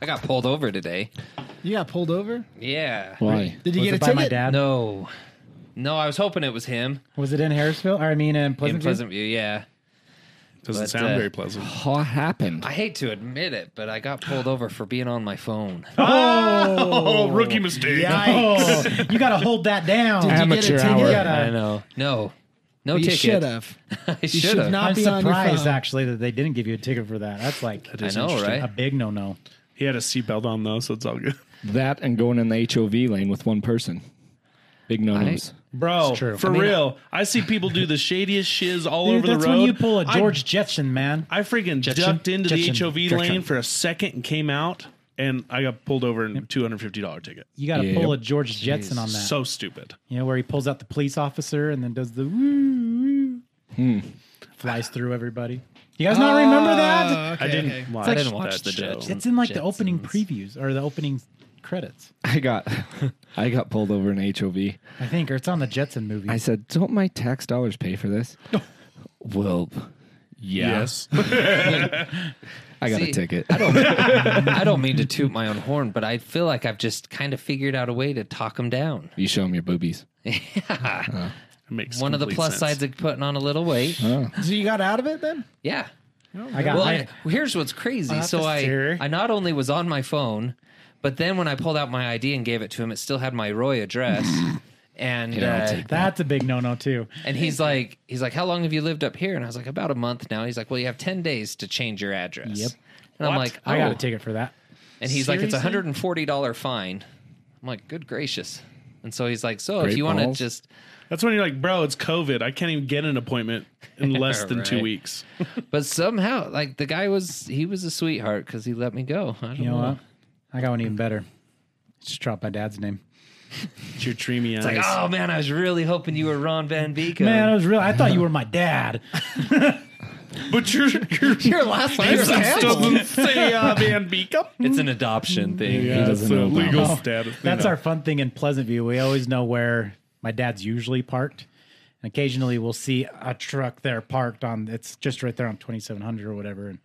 I got pulled over today. You got pulled over? Yeah. Why? Did you was get it a by ticket? my dad? No. No, I was hoping it was him Was it in Harrisville? Or I mean, in in Pleasantville. Pleasant View. Yeah. Doesn't But, sound uh, very pleasant. What happened? I hate to admit it, but I got pulled over for being on my phone. Oh, rookie mistake. Oh, you got to hold that down. Did you get a Amateur ticket? hour. You gotta- I know. No. No You ticket. should have. I You should have. not I'm be on your surprised phone. actually that they didn't give you a ticket for that. That's like That I is know, interesting. right? a big no no. He had a seatbelt on though, so it's all good. That and going in the HOV lane with one person. Big no nos. Bro, It's true. for I mean, real, I see people do the shadiest shiz all over that's the road. when you pull a I- George Jetson, man. I, freaking Jetson? ducked into Jetson. the HOV Jetson. lane for a second and came out, and I got pulled over and two hundred fifty dollar ticket. You got to Yeah. pull a George Jetson on that. So stupid. you know where he pulls out the police officer and then does the woo, woo flies through everybody. You guys not remember that? I didn't. Watch I didn't watch that the show. Jetsons. It's in like the opening previews or the opening credits, I got I got pulled over in HOV. I think, or it's on the Jetson movie. I said, Don't my tax dollars pay for this? well yeah. Yes. I got See, a ticket. I don't mean to toot my own horn, but I feel like I've just kind of figured out a way to talk them down. You show them your boobies. It makes One of the complete plus sense. sides of putting on a little weight. So you got out of it then? Yeah. I got Well, I- I- here's what's crazy. Officer. So I, I not only was on my phone, but then when I pulled out my ID and gave it to him, it still had my Roy address. And Yeah, I'll uh, take that's a big no no too. and he's like, he's like, how long have you lived up here? And I was like, about a month now. He's like, well, you have ten days to change your address. Yep. And I'm like, oh. I got a ticket for that. And he's like, it's a Seriously? hundred and forty dollar fine. I'm like, good gracious. And so he's like, so if Great you want to balls. just That's when you're like, bro, it's COVID. I can't even get an appointment in less than two Right. weeks. But somehow, like the guy was, he was a sweetheart because he let me go. I don't You know know. what? I got one even better. Just drop my dad's name. It's your dreamy eyes. Like, oh man, I was really hoping you were Ron Van Beek. Man, I was real. I thought you were my dad. but you're, you're your last name's doesn't say uh, Van Beacom. It's an adoption thing. Yeah, doesn't it's know a about legal that. status. Oh, That's our fun thing in Pleasant View. We always know where my dad's usually parked. And occasionally we'll see a truck there parked on, it's just right there on 2700 or whatever. And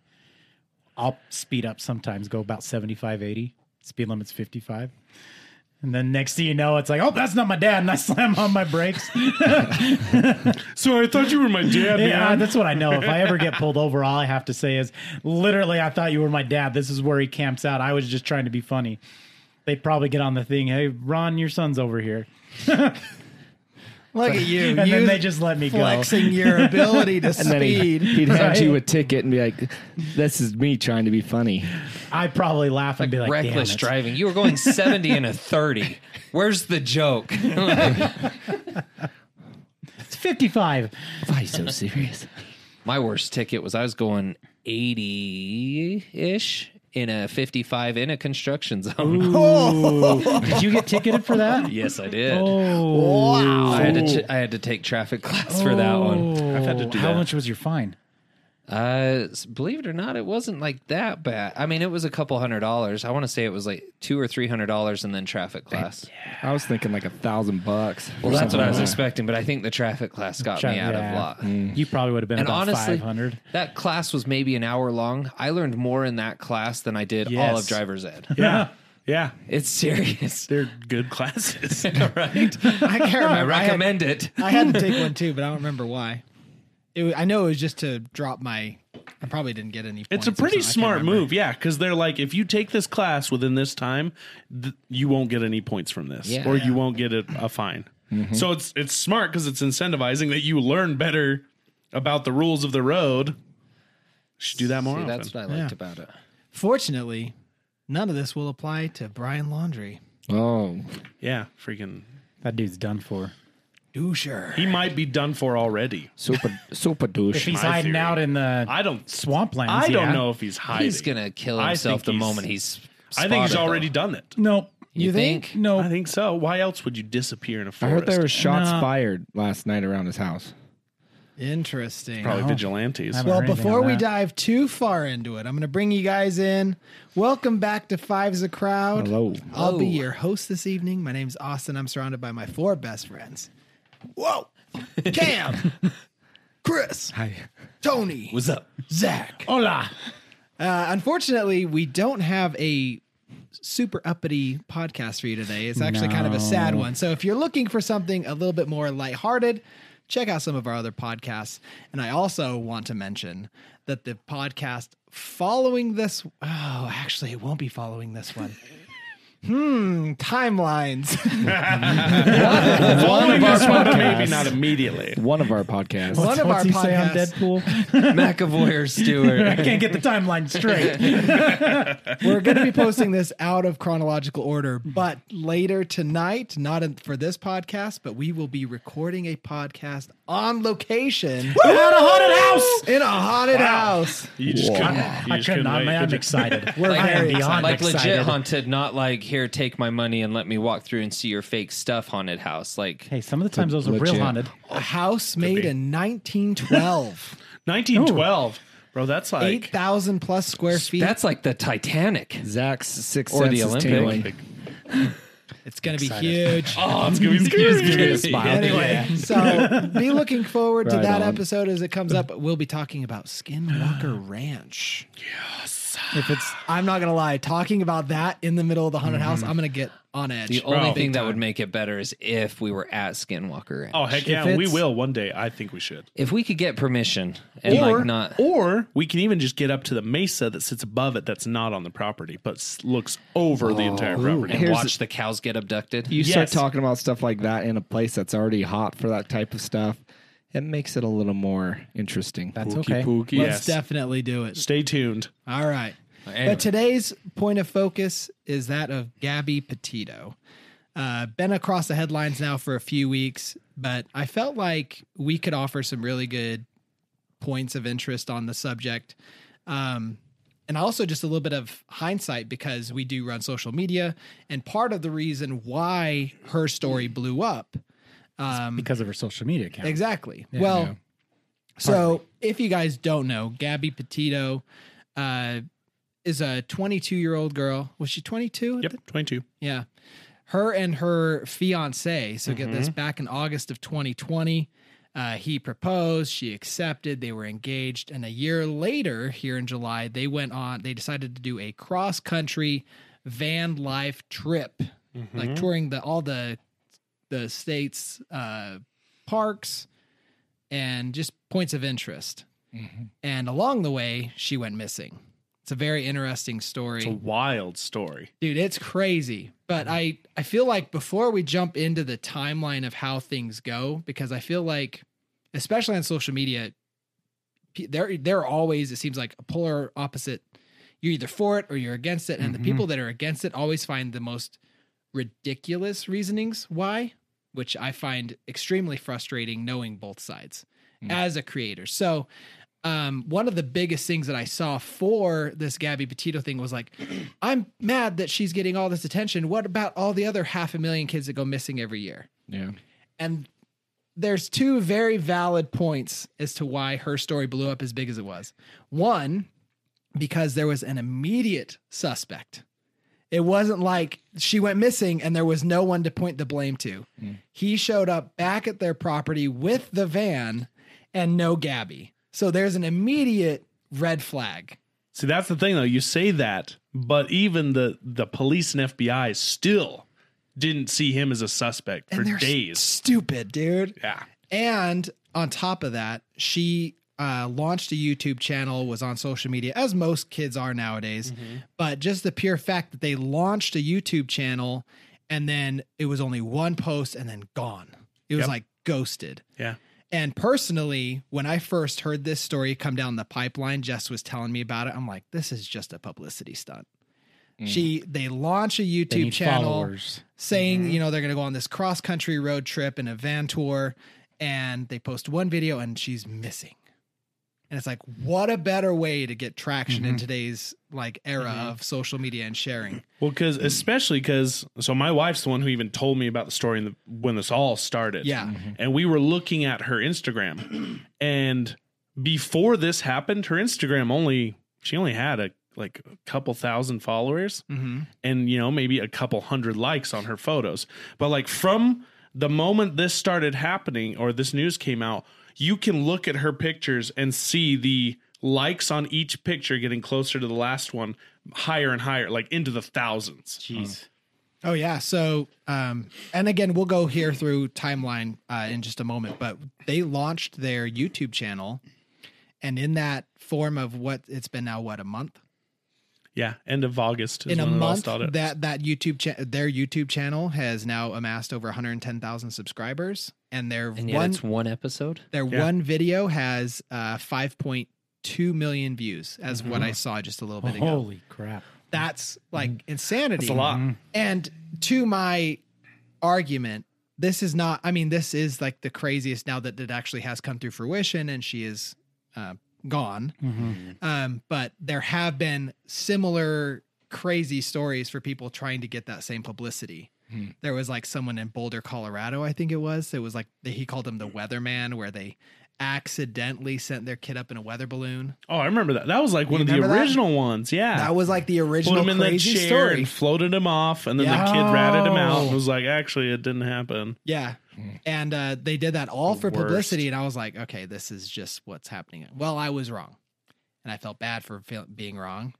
I'll speed up sometimes, go about 75, 80. Speed limit's 55. And then next thing you know, it's like, oh, that's not my dad. And I slam on my brakes. So I thought you were my dad, Yeah, man. that's what I know. If I ever get pulled over, all I have to say is, literally, I thought you were my dad. This is where he camps out. I was just trying to be funny. They probably get on the thing. Hey, Ron, your son's over here, Look at you. and you then they just let me go. flexing your ability to And then he'd, speed. he'd hand Right. you a ticket and be like, This is me trying to be funny. I probably laugh Like, and be like, reckless Damn it. driving. You were going 70 and a 30. Where's the joke? It's fifty-five. Why so serious? My worst ticket was I was going 80 ish in a 55 in a construction zone. Did you get ticketed for that? yes, I did. Oh, I had to ch- I had to take traffic class for that one. I've had to do How that. much was your fine? Uh, s- believe it or not, it wasn't like that bad. I mean, it was a couple hundred dollars. I want to say it was like two or three hundred dollars, and then traffic class. I was thinking like a thousand bucks. Well, that's what I was expecting, but I think the traffic class got Tra- me out yeah. Mm. of lot. You probably would have been And about honestly, five hundred. that class was maybe an hour long. I learned more in that class than I did all Yes. of driver's ed. yeah. Yeah. it's serious, They're good classes. right? I can't remember. I had- recommend it. I had to take one too, but I don't remember why. It, wa- I know it was just to drop my. I probably didn't get any. It's points a or pretty something. I can't smart remember. move, yeah, because they're like, if you take this class within this time, th- you won't get any points from this, Yeah. Mm-hmm. or you won't get a, a fine. So it's it's smart because it's incentivizing that you learn better about the rules of the road. Should do that more See, often. that's what I liked about it. Fortunately, none of this will apply to Brian Laundry. Oh, yeah, freaking. That dude's done for. Doucher. He might be done for already. super super If douche. he's my hiding theory. out in the I don't. swamplands, I don't yeah. know if he's hiding. He's gonna kill I himself think the he's- moment he's. I think he's spotted, already though. done it. Nope. You think? No. I think so. Why else would you disappear in a I forest? heard there were shots No. fired last night around his house. Interesting. probably No. vigilantes. I'm Well, or anything before on we that. dive too far into it, I'm going to bring you guys in. Welcome back to Five's a Crowd. Hello. I'll be Hello. your host this evening. My name's Austin. I'm surrounded by my four best friends. Whoa. Cam. Chris. Hi. Tony. What's up? Zach. Hola. Uh, unfortunately, we don't have a super uppity podcast for you today. It's actually kind of a sad one. So if you're looking for something a little bit more lighthearted, check out some of our other podcasts. And I also want to mention that the podcast following this, oh, actually, it won't be following this one. Hmm, timelines. Following this one, maybe not immediately. One of our podcasts. One of what's our he say on podcasts- Deadpool? McAvoy or I Stewart. can't get the timeline straight. We're going to be posting this out of chronological order, but later tonight, not in, for this podcast, but we will be recording a podcast on location We're at a haunted house. in a haunted house. You just couldn't. You I could just couldn't not, wait, man. could I'm you? excited. We're Like, very beyond like legit excited. haunted, not like here, take my money and let me walk through and see your fake stuff haunted house. Like Hey, some of the times those are real Legit. haunted. A house made in 1912, 1912, bro. That's like 8,000 plus square feet. that's like the Titanic. Zach's sixth Or or the the Olympic. Olympic. it's going to be huge. oh, it's gonna be scary. Anyway, so be looking forward to Right that on. episode as it comes up. We'll be talking about Skinwalker Ranch. If it's I'm not gonna lie, talking about that in the middle of the haunted house, I'm gonna get on edge. The only Big thing that would make it better is if we were at Skinwalker Ranch. Oh heck yeah, If we it's- will one day. I think we should. If we could get permission and or like not or we can even just get up to the mesa that sits above it that's not on the property but s- looks over Oh. the entire property. and Here's watch the cows get abducted. You start Yes. talking about stuff like that in a place that's already hot for that type of stuff. It makes it a little more interesting. That's okay. Pookie, Let's definitely do it. Stay tuned. All right. Anyway. But today's point of focus is that of Gabby Petito. Uh, been across the headlines now for a few weeks, but I felt like we could offer some really good points of interest on the subject. Um, and also just a little bit of hindsight because we do run social media. And part of the reason why her story blew up because of her social media account. Exactly. well, so if you guys don't know, Gabby Petito uh, is a 22 year old girl. Was she 22? Yep, 22. Yeah. Her and her fiance. So get Mm-hmm. this back in August of 2020. Uh, he proposed, she accepted, they were engaged. And a year later, here in July, they went on, they decided to do a cross country van life trip, Mm-hmm. like touring the all the the state's uh, parks and just points of interest. And along the way, she went missing. It's a very interesting story It's a wild story. dude it's crazy but i i feel like before we jump into the timeline of how things go because i feel like especially on social media pe- there there are always it seems like a polar opposite you're either for it or you're against it and the people that are against it always find the most ridiculous reasonings why which i find extremely frustrating knowing both sides as a creator so um, one of the biggest things that I saw for this Gabby Petito thing was like, I'm mad that she's getting all this attention. What about all the other half a million kids that go missing every year? Yeah. And there's two very valid points as to why her story blew up as big as it was. One, because there was an immediate suspect. It wasn't like she went missing and there was no one to point the blame to. Hmm. He showed up back at their property with the van and no Gabby. So there's an immediate red flag. See, that's the thing though. You say that, but even the the police and FBI still didn't see him as a suspect for And they're days. Stupid, dude. yeah. And on top of that, she uh, launched a YouTube channel, was on social media, as most kids are nowadays. Mm-hmm. But just the pure fact that they launched a YouTube channel and then it was only one post and then gone. It was Yep. like ghosted. Yeah. And personally, when I first heard this story come down the pipeline, Jess was telling me about it. I'm like, this is just a publicity stunt. Mm. She they launch a They YouTube need channel followers. saying, you know, they're going to go on this cross country road trip and a van tour. And they post one video and she's missing. And it's like, what a better way to get traction in today's like era of social media and sharing. Well, because Hmm. especially because so my wife's the one who even told me about the story in the, when this all started. Yeah. and we were looking at her Instagram, and before this happened, her Instagram only she only had a like a couple thousand followers, Mhm. and you know maybe a couple hundred likes on her photos. But like from the moment this started happening or this news came out, you can look at her pictures and see the likes on each picture getting closer to the last one higher and higher, like into the thousands. Um, Jeez. Oh yeah. So, um, and again, we'll go here through timeline uh, in just a moment. But they launched their YouTube channel, and in that form of what it's been now, what a month. Yeah, end of August is in a when it all month, started. that that YouTube cha- their YouTube channel has now amassed over 110,000 subscribers, and their And yet one it's one episode. their Yeah. one video has uh, 5.2 million views, as what Mm-hmm. I saw just a little bit ago. Holy crap. That's like insanity. That's a lot. And to my argument, this is not, I mean, this is like the craziest now that it actually has come to fruition and she is uh, gone. Mm-hmm. Um, but there have been similar crazy stories for people trying to get that same publicity. Hmm. There was like someone in Boulder, Colorado, I think it was. It was like he called them Hmm. the weatherman, where they accidentally sent their kid up in a weather balloon. Oh, I remember that. That was like one You of the remember that? original ones. Yeah. That was like the Put original him in the crazy chair story. and floated him off, and then the Yeah. kid ratted him out and Oh. was like, actually, it didn't happen. Yeah. Hmm. And uh, they did that all The for worst. publicity. And I was like, okay, this is just what's happening. Well, I was wrong. And I felt bad for feel- being wrong.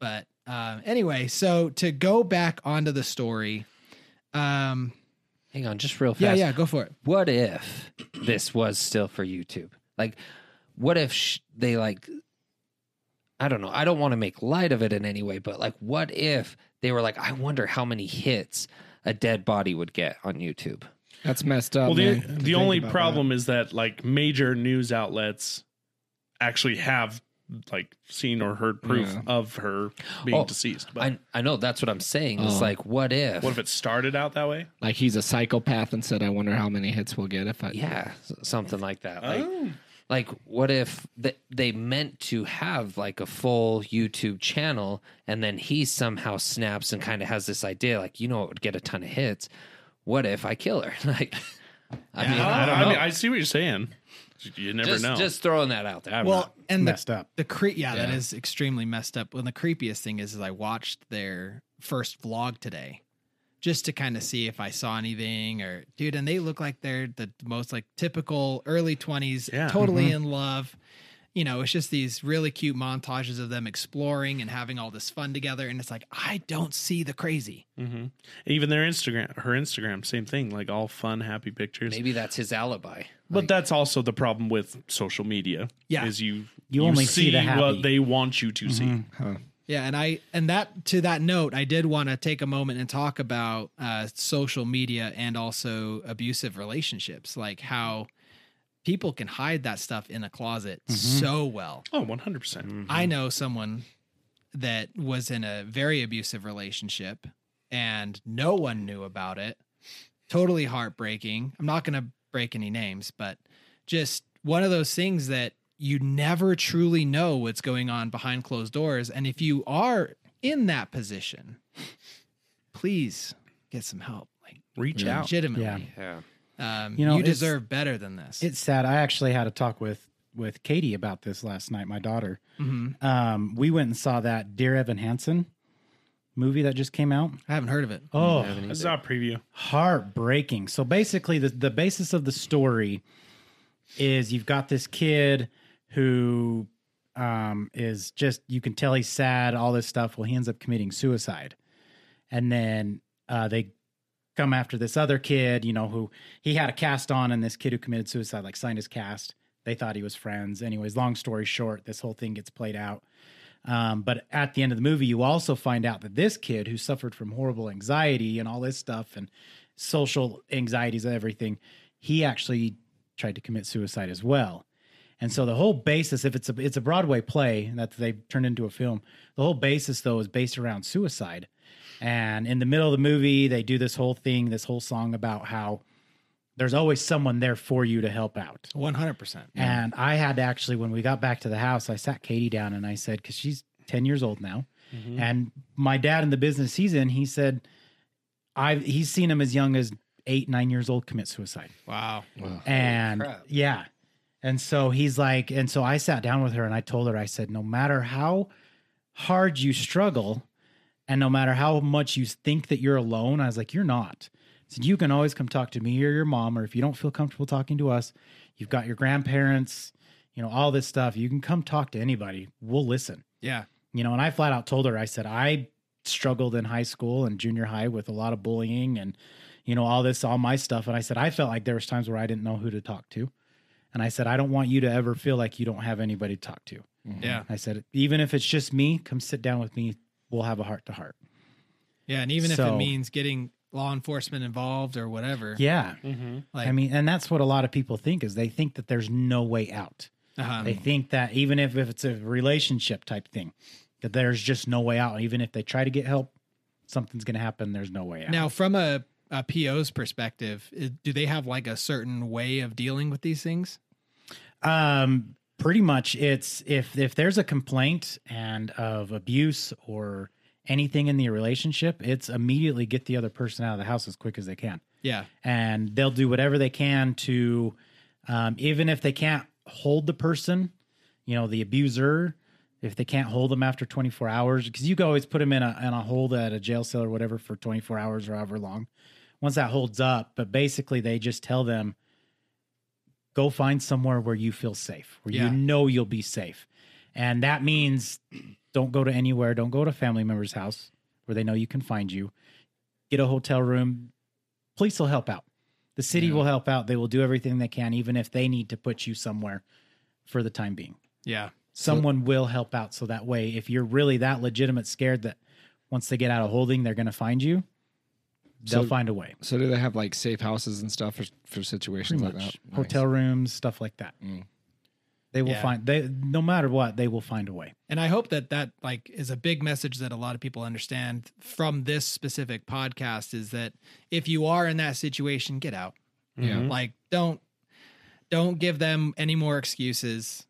But um, anyway, so to go back onto the story, um, Hang on, just real fast. yeah, yeah, go for it. what if this was still for YouTube? Like, what if sh- they like? I don't know. I don't want to make light of it in any way, but like, what if they were like, I wonder how many hits a dead body would get on YouTube? That's messed up. well, the, man, to the think only about that. problem is that like major news outlets actually have like seen or heard proof Yeah. of her being Oh, deceased. But I I know that's what I'm saying. It's Oh. like, what if? what if it started out that way? like he's a psychopath and said, "I wonder how many hits we'll get if I." Yeah, s- something like that. Like, Oh. like what if th- they meant to have like a full youtube channel and then he somehow snaps and kind of has this idea like you know it would get a ton of hits what if i kill her like i mean i don't know I mean, I see what you're saying. You never just, know. just throwing that out there I'm well, not- and the, Messed up. the cre- yeah, that Yeah. is extremely messed up. Well, the creepiest thing is, is I watched their first vlog today just to kind of see if I saw anything or dude, and they look like they're the most like typical early twenties, Yeah. totally in love. You know, it's just these really cute montages of them exploring and having all this fun together. And it's like, I don't see the crazy. hmm Even their Instagram, her Instagram, same thing. Like all fun, happy pictures. maybe that's his alibi But that's also the problem with social media. Yeah. is you You only see the happy. what they want you to see. Mm-hmm. Yeah, and I and that to that note, I did want to take a moment and talk about uh, social media and also abusive relationships, like how people can hide that stuff in a closet so well. Oh, one hundred percent. I know someone that was in a very abusive relationship, and no one knew about it. Totally heartbreaking. I'm not going to break any names, but just one of those things that you never truly know what's going on behind closed doors. And if you are in that position, please get some help. Like Reach out. legitimately, yeah um, you, You know, it's- deserve better than this. It's sad. I actually had a talk with with Katie about this last night, my daughter. Mhm. Um, we went and saw that Dear Evan Hansen movie that just came out. I haven't heard of it. Oh, That's not a preview. heartbreaking. So basically, the, the basis of the story is you've got this kid who um, is just, you can tell he's sad, all this stuff. Well, he ends up committing suicide. And then uh, they come after this other kid, you know, who he had a cast on, and this kid who committed suicide, like, signed his cast. They thought he was friends. Anyways, long story short, this whole thing gets played out. Um, but at the end of the movie, you also find out that this kid who suffered from horrible anxiety and all this stuff and social anxieties and everything, he actually tried to commit suicide as well. And so the whole basis, if it's a it's a Broadway play that they turned into a film, the whole basis though is based around suicide. And in the middle of the movie, they do this whole thing, this whole song about how there's always someone there for you to help out. One hundred percent. And I had to actually, when we got back to the house, I sat Katie down and I said, because she's 10 years old now. Mm-hmm. Mm-hmm. And my dad in the business he's in, he said, I've he's seen him as young as eight, nine years old commit suicide. Wow. and crap. yeah. And so he's like, and so I sat down with her and I told her, I said, no matter how hard you struggle and no matter how much you think that you're alone, I was like, you're not. I said, you can always come talk to me or your mom, or if you don't feel comfortable talking to us, you've got your grandparents, you know, all this stuff. You can come talk to anybody. We'll listen. Yeah. You know, and I flat out told her, I said, I struggled in high school and junior high with a lot of bullying and, you know, all this, all my stuff. And I said, I felt like there was times where I didn't know who to talk to. And I said, I don't want you to ever feel like you don't have anybody to talk to. Yeah. I said, even if it's just me, come sit down with me. We'll have a heart to heart. Yeah. And even if it So- means getting law enforcement involved or whatever. Yeah. Mm-hmm. Mm-hmm. Like, I mean, and that's what a lot of people think is they think that there's no way out. uh-huh. They think that even if, if it's a relationship type thing, that there's just no way out. Even if they try to get help, something's going to happen. There's no way out. Now, from a, a PO's perspective, i- do they have like a certain way of dealing with these things? Um, pretty much, it's if if there's a complaint and of abuse or anything in the relationship, it's immediately get the other person out of the house as quick as they can, Yeah. and they'll do whatever they can to, um, even if they can't hold the person, you know, the abuser. If they can't hold them after 24 hours, because you can always put them in a in a hold at a jail cell or whatever for 24 hours or however long. Once that holds up, but basically they just tell them, go find somewhere where you feel safe, where Yeah. you know you'll be safe. And that means don't go to anywhere, don't go to a family member's house where they know you can find you. Get a hotel room. Police will help out. The city Yeah. will help out. They will do everything they can, even if they need to put you somewhere for the time being. Yeah. Someone will help out. So that way, if you're really that legitimate scared that once they get out of holding, they're going to find you, they'll So- find a way. So do they have like safe houses and stuff for, for situations Pretty like much. that? Nice. Hotel rooms, stuff like that. Mm. They will Yeah. find they no matter what, they will find a way. And I hope that that like is a big message that a lot of people understand from this specific podcast is that if you are in that situation, get out. Mm-hmm. Yeah. Mm-hmm. Like don't don't give them any more excuses.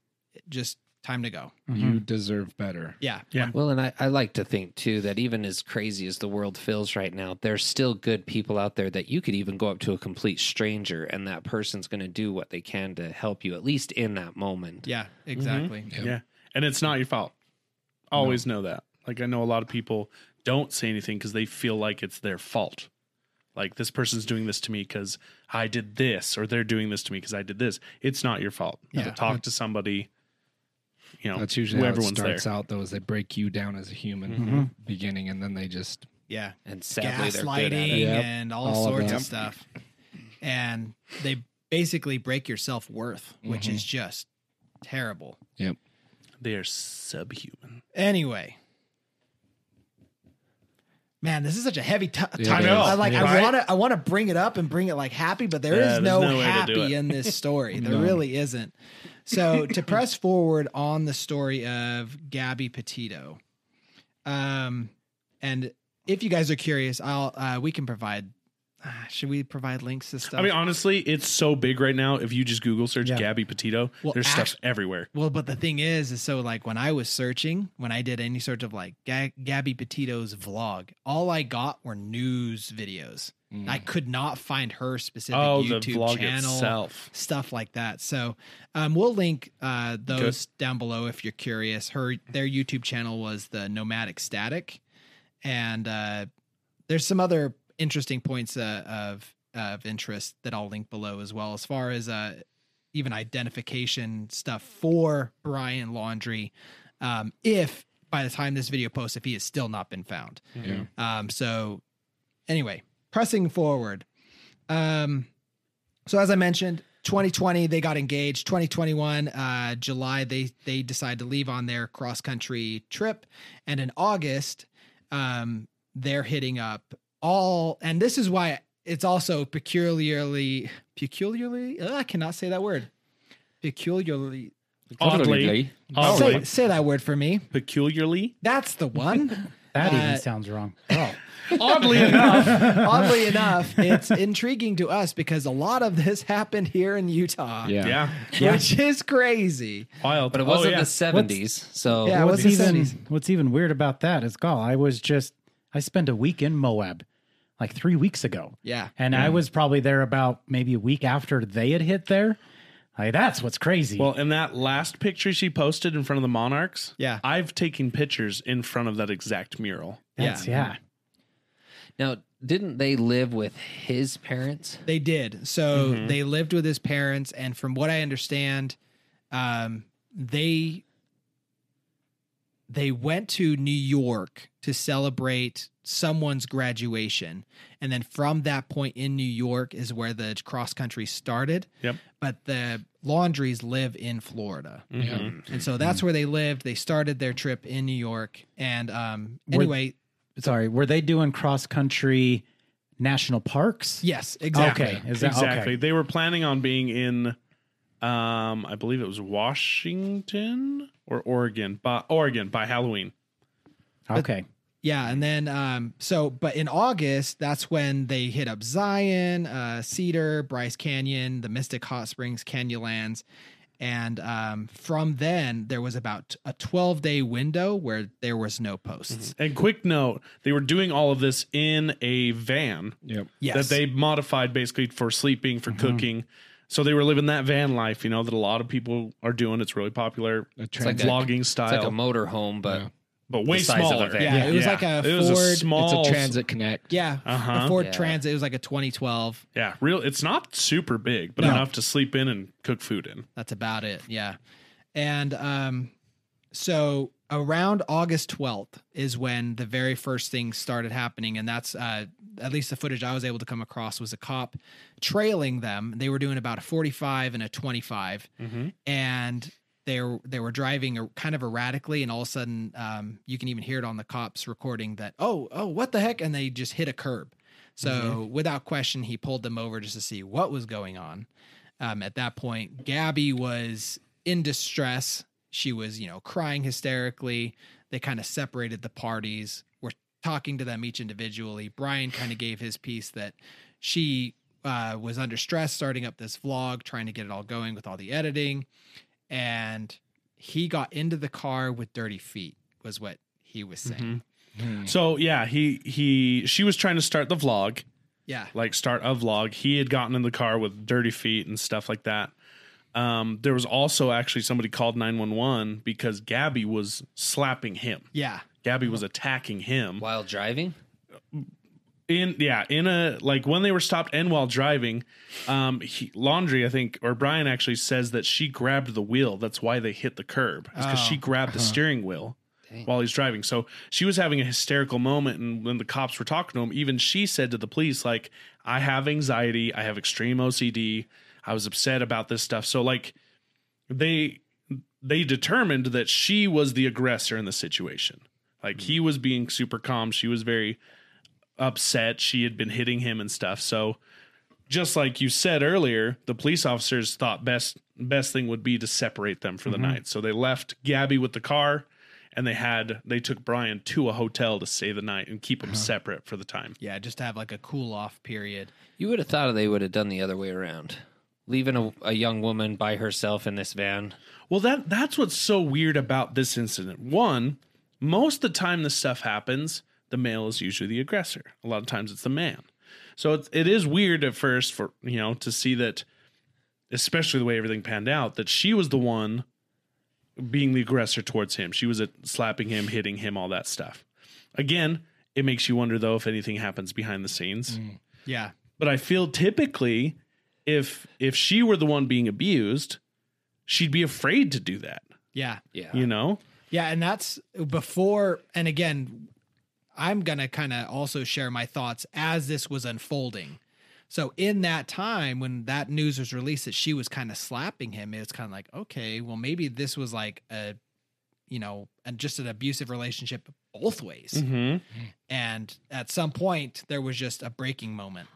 Just time to go. Mm-hmm. You deserve better. Yeah. Yeah. Well, and I, I like to think too that even as crazy as the world feels right now, there's still good people out there that you could even go up to a complete stranger and that person's going to do what they can to help you, at least in that moment. Yeah, Mm-hmm. exactly. Yeah. And it's not your fault. Always know that. Like I know a lot of people don't say anything because they feel like it's their fault. Like this person's doing this to me because I did this, or they're doing this to me because I did this. It's not your fault. Yeah. talk to somebody. You know, That's usually how it everyone's starts there. out though, is they break you down as a human beginning and then they just Yeah. And sadly, they're good at Gaslighting it. Yep. and all, All of sorts of, that. stuff. And they basically break your self worth, which Mm-hmm. is just terrible. They're subhuman. Anyway. Man, this is such a heavy t- it topic. is. I like. I Right? want to. I want to bring it up and bring it like happy, but there is Yeah, there's no, no way to do happy it. in this story. There really isn't. So to press forward on the story of Gabby Petito, um, and if you guys are curious, I'll uh, we can provide. Uh, should we provide links to stuff? I mean, honestly, it's so big right now. If you just Google search Yeah. Gabby Petito, Well, there's act- stuff everywhere. Well, but the thing is, is so like when I was searching, when I did any sort of like Ga- Gabby Petito's vlog, all I got were news videos. mm, I could not find her specific Hmm. Oh, the YouTube vlog channel itself. stuff like that. So um, we'll link uh, those down below if you're curious. Her their YouTube channel was the Nomadic Static, and uh, there's some other interesting points uh, of of interest that I'll link below as well, as far as uh, even identification stuff for Brian Laundry. Um, if by the time this video posts, if he has still not been found, Yeah. um, so anyway, pressing forward. Um, so as I mentioned, 2020 they got engaged. 2021 uh, July they they decide to leave on their cross country trip, and in August um, they're hitting up all. And this is why it's also peculiarly peculiarly. uh, I cannot say that word. Peculiarly. Oddly, oddly, Say, say that word for me. peculiarly, That's the one. That Uh, even sounds wrong. Oh, oddly enough, Oddly enough, it's intriguing to us because a lot of this happened here in Utah, Yeah. yeah, which is crazy. wild. But it Oh, wasn't yeah. the 70s. so Yeah, it what's wasn't even 70s. what's even weird about that is, God, I was just I spent a week in Moab, like three weeks ago, Yeah. and I was probably there about maybe a week after they had hit there. Like that's what's crazy. Well, in that last picture she posted in front of the Monarchs, Yeah. I've taken pictures in front of that exact mural. that's, yeah. yeah, now, didn't they live with his parents? They did. So they lived with his parents, and from what I understand, um, they they went to New York to celebrate someone's graduation. And then from that point in New York is where the cross country started. Yep. But the laundries live in Florida. Mhm. And so that's where they lived. They started their trip in New York. And um, anyway, Sorry, were they doing cross country national parks? yes, exactly. Okay. Is that exactly. okay? They were planning on being in, um, I believe it was Washington or Oregon, by Oregon by Halloween. Okay. Yeah, and then um so but in August, that's when they hit up Zion, uh Cedar, Bryce Canyon, the Mystic Hot Springs, Canyonlands. And um from then there was about a 12-day window where there was no posts. And quick note, they were doing all of this in a van Yep. Yes. that they modified basically for sleeping, for cooking. So they were living that van life, you know, that a lot of people are doing. It's really popular. A Like like a- transit. vlogging It's like style, a motor home, but Yeah. but way the size of a smaller. van. yeah, it was like a It was Ford a small it's a transit connect. Yeah, f- a Uh-huh. Ford Yeah. Transit. It was like a 2012. Yeah, real. It's not super big, but No. enough to sleep in and cook food in. That's about it. Yeah. And um so around August 12th is when the very first thing started happening and that's uh at least the footage I was able to come across was a cop trailing them. They were doing about a 45 and a 25 and they were, they were driving er- kind of erratically and all of a sudden um, you can even hear it on the cops recording that oh oh what the heck and they just hit a curb so without question he pulled them over just to see what was going on um, at that point gabby was in distress she was you know crying hysterically they kind of separated the parties were talking to them each individually brian kind of gave his piece that she uh, was under stress starting up this vlog trying to get it all going with all the editing and he got into the car with dirty feet was what he was saying Mm. So yeah, he he she was trying to start the vlog, yeah like start a vlog. He had gotten in the car with dirty feet and stuff like that. Um, there was also actually somebody called nine one one because Gabby was slapping him. yeah Gabby was attacking him while driving, in yeah in a like when they were stopped and while driving. Um, he, laundry I think or Brian actually says that she grabbed the wheel. That's why they hit the curb because Oh. she grabbed the steering wheel. Dang. while he's driving. So she was having a hysterical moment, and when the cops were talking to him, even she said to the police, "Like, I have anxiety. I have extreme OCD. I was upset about this stuff." So like, they they determined that she was the aggressor in the situation. Like he was being super calm. She was very upset. She had been hitting him and stuff. So just like you said earlier, the police officers thought best best thing would be to separate them for the night. So they left Gabby with the car and they had they took Brian to a hotel to stay the night and keep them separate for the time. yeah just to have like a cool off period you would have thought they would have done the other way around, leaving a, a young woman by herself in this van. Well, that that's what's so weird about this incident. One, most of the time this stuff happens, the male is usually the aggressor. A lot of times it's the man. So it's, it is weird at first for you know to see that, especially the way everything panned out, that she was the one being the aggressor towards him. She was uh, slapping him, hitting him, all that stuff. Again, it makes you wonder though if anything happens behind the scenes yeah but I feel typically if if she were the one being abused, she'd be afraid to do that. yeah Yeah, You know? Yeah, and that's before and again I'm going to kind of also share my thoughts as this was unfolding. So in that time when that news was released that she was kind of slapping him, it's kind of like, okay, well maybe this was like a you know, and just an abusive relationship both ways Mm-hmm. and at some point there was just a breaking moment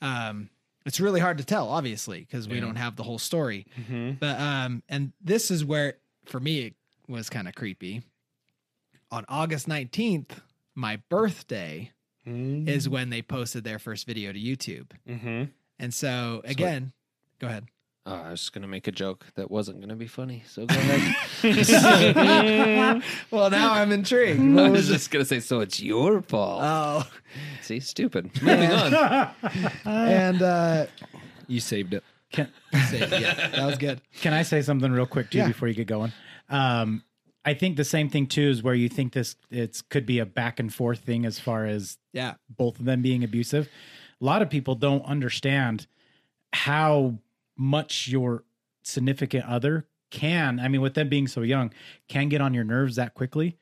um it's really hard to tell obviously because we don't have the whole story Mhm. but um and this is where for me it was kind of creepy on august 19th my birthday is when they posted their first video to youtube Mm-hmm. and so again go ahead Oh, I was just gonna make a joke that wasn't gonna be funny. So go ahead. well now i'm intrigued I was just gonna say, so it's your fault. oh See, stupid. Moving on. and uh You saved it. Can, so, yeah that was good Can I say something real quick too Yeah. before you get going? Um, I think the same thing too is where you think this it's could be a back and forth thing as far as yeah both of them being abusive. A lot of people don't understand how much your significant other can, I mean, with them being so young, can get on your nerves that quickly.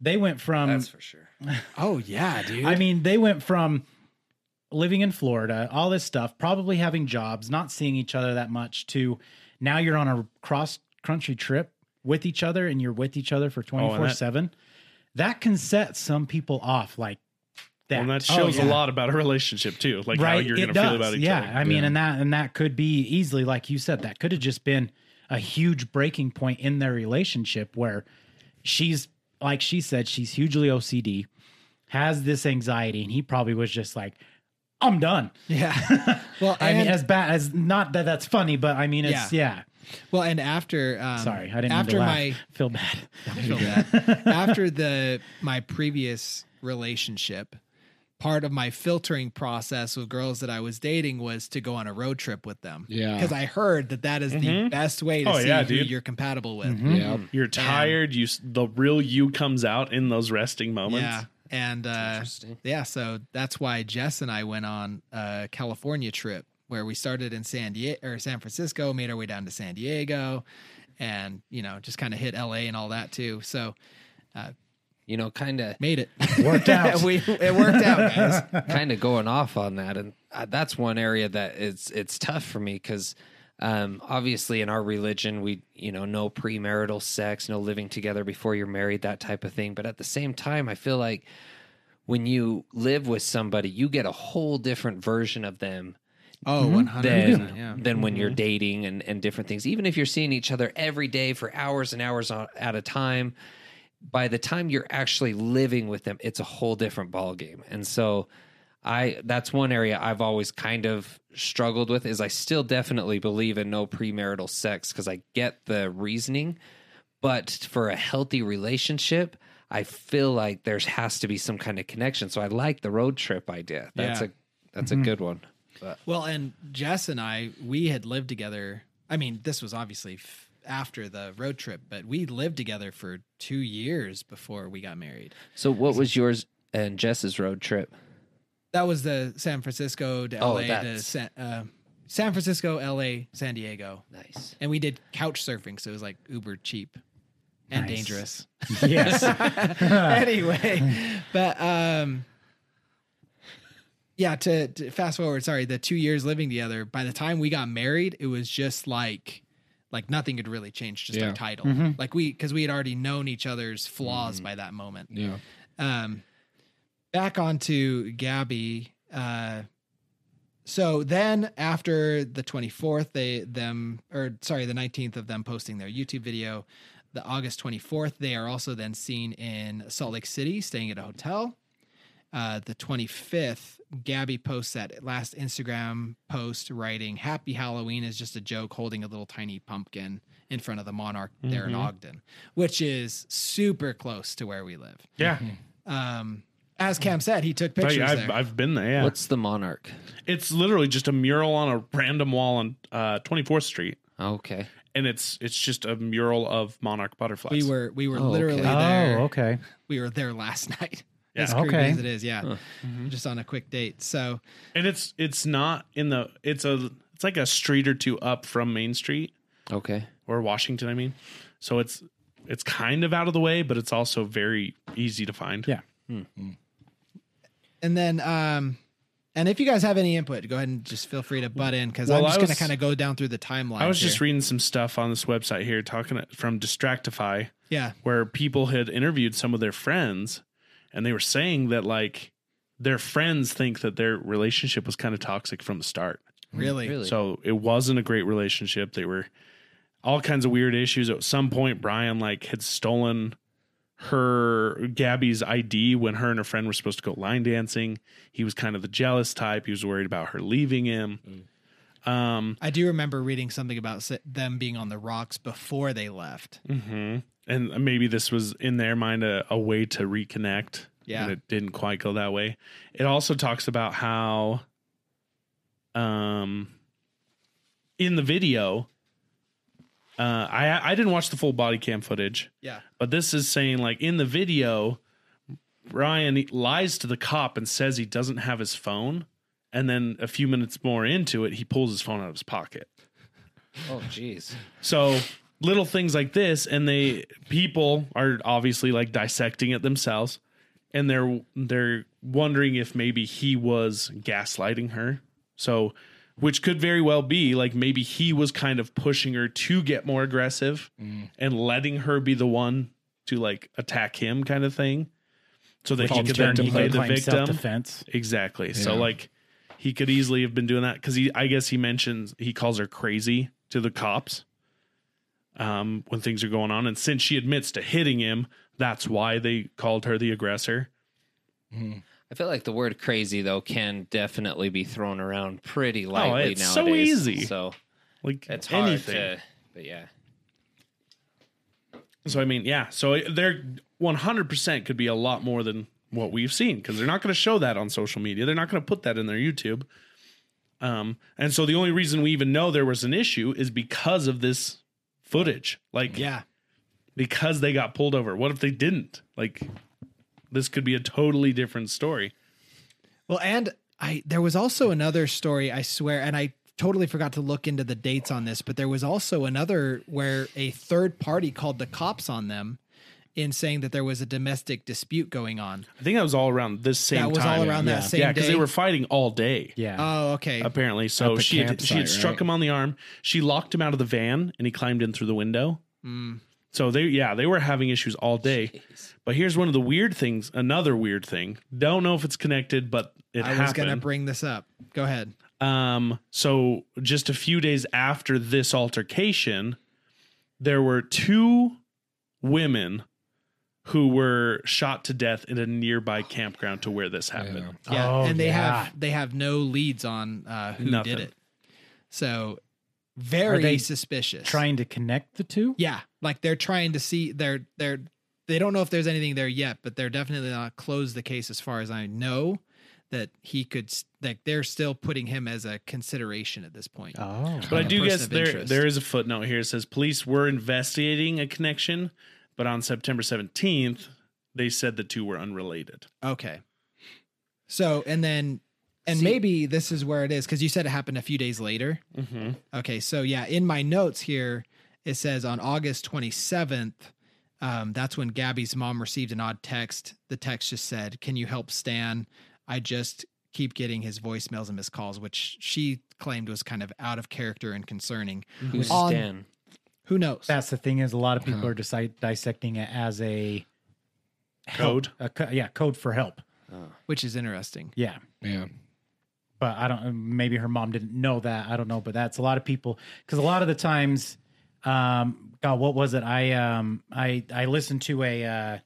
They went from That's for sure. Oh yeah, dude. I mean, they went from living in Florida, all this stuff, probably having jobs, not seeing each other that much, to now you're on a cross country trip with each other and you're with each other for Oh, 24 7. That can set some people off like that. Well, and that Oh, shows yeah. a lot about a relationship too, like how you're It going to does. feel about each yeah, other. I mean, Yeah. and that and that could be easily, like you said, that could have just been a huge breaking point in their relationship where she's like she said, she's hugely OCD, has this anxiety, and he probably was just like, I'm done. yeah. Well, I mean, and- as bad as not that that's funny, but I mean, it's yeah. well, and after um, Sorry, I didn't. after mean to laugh. my feel bad. feel bad. after the my previous relationship part of my filtering process with girls that i was dating was to go on a road trip with them Yeah. because i heard that that is the Mhm. best way to Oh, see yeah, who dude. Mm-hmm. you're compatible with Yeah. You're tired. You s- the real you comes out in those resting moments. yeah and uh Interesting. yeah so that's why jess and i went on a california trip where we started in san diego or san francisco made our way down to san diego and you know just kind of hit la and all that too so You know, kind of made it Worked out. we, it worked out guys kind of going off on that and uh, that's one area that it's it's tough for me because um, obviously in our religion we you know no premarital sex no living together before you're married that type of thing but at the same time i feel like when you live with somebody you get a whole different version of them oh 100 than than when you're dating and, and different things. Even if you're seeing each other every day for hours and hours on, at a time, by the time you're actually living with them, it's a whole different ballgame. And so I that's one area I've always kind of struggled with is I still definitely believe in no premarital sex because I get the reasoning, but for a healthy relationship, I feel like there's has to be some kind of connection. So I like the road trip idea. That's Yeah. a that's a good one. Well, and Jess and I, we had lived together. I mean, this was obviously f- after the road trip, but we lived together for two years before we got married. So what was yours and Jess's road trip? That was the San Francisco to Oh, LA to that's- San, uh, San Francisco, LA, San Diego. Nice. And we did couch surfing. So it was like uber cheap and Nice. dangerous. yes. anyway, but um, yeah. To, to fast forward, sorry, the two years living together. By the time we got married, it was just like like nothing had really changed. Just Yeah. our title, like we because we had already known each other's flaws by that moment. Yeah. Um, back onto Gabby. Uh, so then after the 24th, they, them, or sorry, the 19th of them posting their YouTube video, the August 24th, they are also then seen in Salt Lake City, staying at a hotel. Uh, the 25th, Gabby posts that last Instagram post writing, Happy Halloween is just a joke, holding a little tiny pumpkin in front of the monarch there in Ogden, which is super close to where we live Yeah, um as cam said he took But pictures yeah, I've, there I've been there. Yeah, What's the monarch? it's literally just a mural on a random wall on uh, 24th Street, Okay. and it's it's just a mural of monarch butterflies. we were we were Oh, okay. literally there oh, okay. we were there last night Yeah. Mm-hmm. as creepy Okay. as it is yeah just on a quick date so and it's it's not in the it's a it's like a street or two up from Main Street Okay. or Washington. I mean, so it's it's kind of out of the way, but it's also very easy to find. Yeah. and then um and if you guys have any input go ahead and just feel free to butt in because i'm Well, just I gonna was- kind of go down through the timeline I was here. just reading some stuff on this website here talking from Distractify. yeah where people had interviewed some of their friends and they were saying that like their friends think that their relationship was kind of toxic from the start. really, Mm, Really? So it wasn't a great relationship. They were all kinds of weird issues. At some point, Brian like had stolen her Gabby's ID when her and her friend were supposed to go line dancing. He was kind of the jealous type. He was worried about her leaving him. Um, i do remember reading something about s- them being on the rocks before they left hmm Mm-hmm. And maybe this was in their mind a, a way to reconnect. Yeah. And it didn't quite go that way. It also talks about how um in the video, uh I I didn't watch the full body cam footage, yeah but this is saying like in the video, Ryan lies to the cop and says he doesn't have his phone. And then a few minutes more into it, he pulls his phone out of his pocket. Oh, jeez. So little things like this, and they people are obviously like dissecting it themselves, and they're they're wondering if maybe he was gaslighting her. So, which could very well be like maybe he was kind of pushing her to get more aggressive and letting her be the one to like attack him, kind of thing. So that he Which in could turn then he play could the claim victim. self-defense. Exactly. So Yeah. like he could easily have been doing that because he I guess he mentions he calls her crazy to the cops um when things are going on. And since she admits to hitting him, that's why they called her the aggressor. I feel like the word crazy though can definitely be thrown around pretty lightly Oh, it's so nowadays. easy. So Like it's hard anything. to but yeah. So I mean, yeah. So they're one hundred percent could be a lot more than what we've seen because they're not going to show that on social media. They're not going to put that in their YouTube. Um, and so the only reason we even know there was an issue is because of this footage. Like, Yeah. because they got pulled over. What if they didn't? Like, this could be a totally different story. Well, and I there was also another story, I swear, and I totally forgot to look into the dates on this, but there was also another where a third party called the cops on them in saying that there was a domestic dispute going on. I think that was all around this same that was time. all around yeah. that same yeah, day. because they were fighting all day. Yeah. Oh, okay. Apparently, At so the she had, campsite, she had struck right? him on the arm. She locked him out of the van, and he climbed in through the window. Mm. So they yeah, they were having issues all day. But here's one of the weird things, another weird thing. Don't know if it's connected, but it I was going to happened. bring this up. Go ahead. um so just a few days after this altercation, there were two women who were shot to death in a nearby campground to where this happened. Yeah, Oh, and they yeah. have they have no leads on uh, who Nothing. did it. So very Are they suspicious. Trying to connect the two. yeah, like they're trying to see they're they're they don't know if there's anything there yet, but they're definitely not closed the case as far as I know that he could s- like they're still putting him as a consideration at this point. Oh. But I on a do person guess of there interest. there is a footnote here. It says police were investigating a connection, but on September 17th, they said the two were unrelated. Okay. So and then and See- maybe this is where it is because you said it happened a few days later. Mm-hmm. Okay, so yeah, in my notes here, it says on August 27th, um, that's when Gabby's mom received an odd text. The text just said, Can you help Stan? I just keep getting his voicemails and missed calls, which she claimed was kind of out of character and concerning. Who's On- Stan? Who knows? That's the thing is a lot of people are disi- dissecting it as a help- Code. a co- yeah, code for help. which is interesting. Yeah. Yeah. but I don't. Maybe her mom didn't know that. I don't know. But that's a lot of people because a lot of the times, um, God, what was it? I um, I I listened to a uh,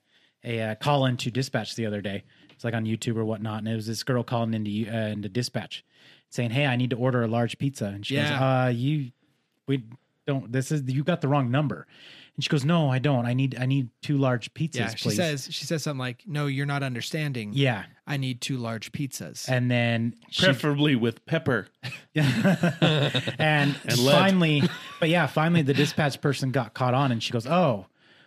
a uh, call in to dispatch the other day. It's like on YouTube or whatnot, and it was this girl calling into uh, into dispatch, saying, "Hey, I need to order a large pizza," and she goes, Yeah. "Uh, you, we don't. This is you got the wrong number," and she goes, "No, I don't. I need I need two large pizzas, Yeah, please." she says she says something like, "No, you're not understanding. "Yeah," I need two large pizzas." and then she Preferably with pepper. and lead. finally, but yeah, finally the dispatch person got caught on, and she goes, "Oh,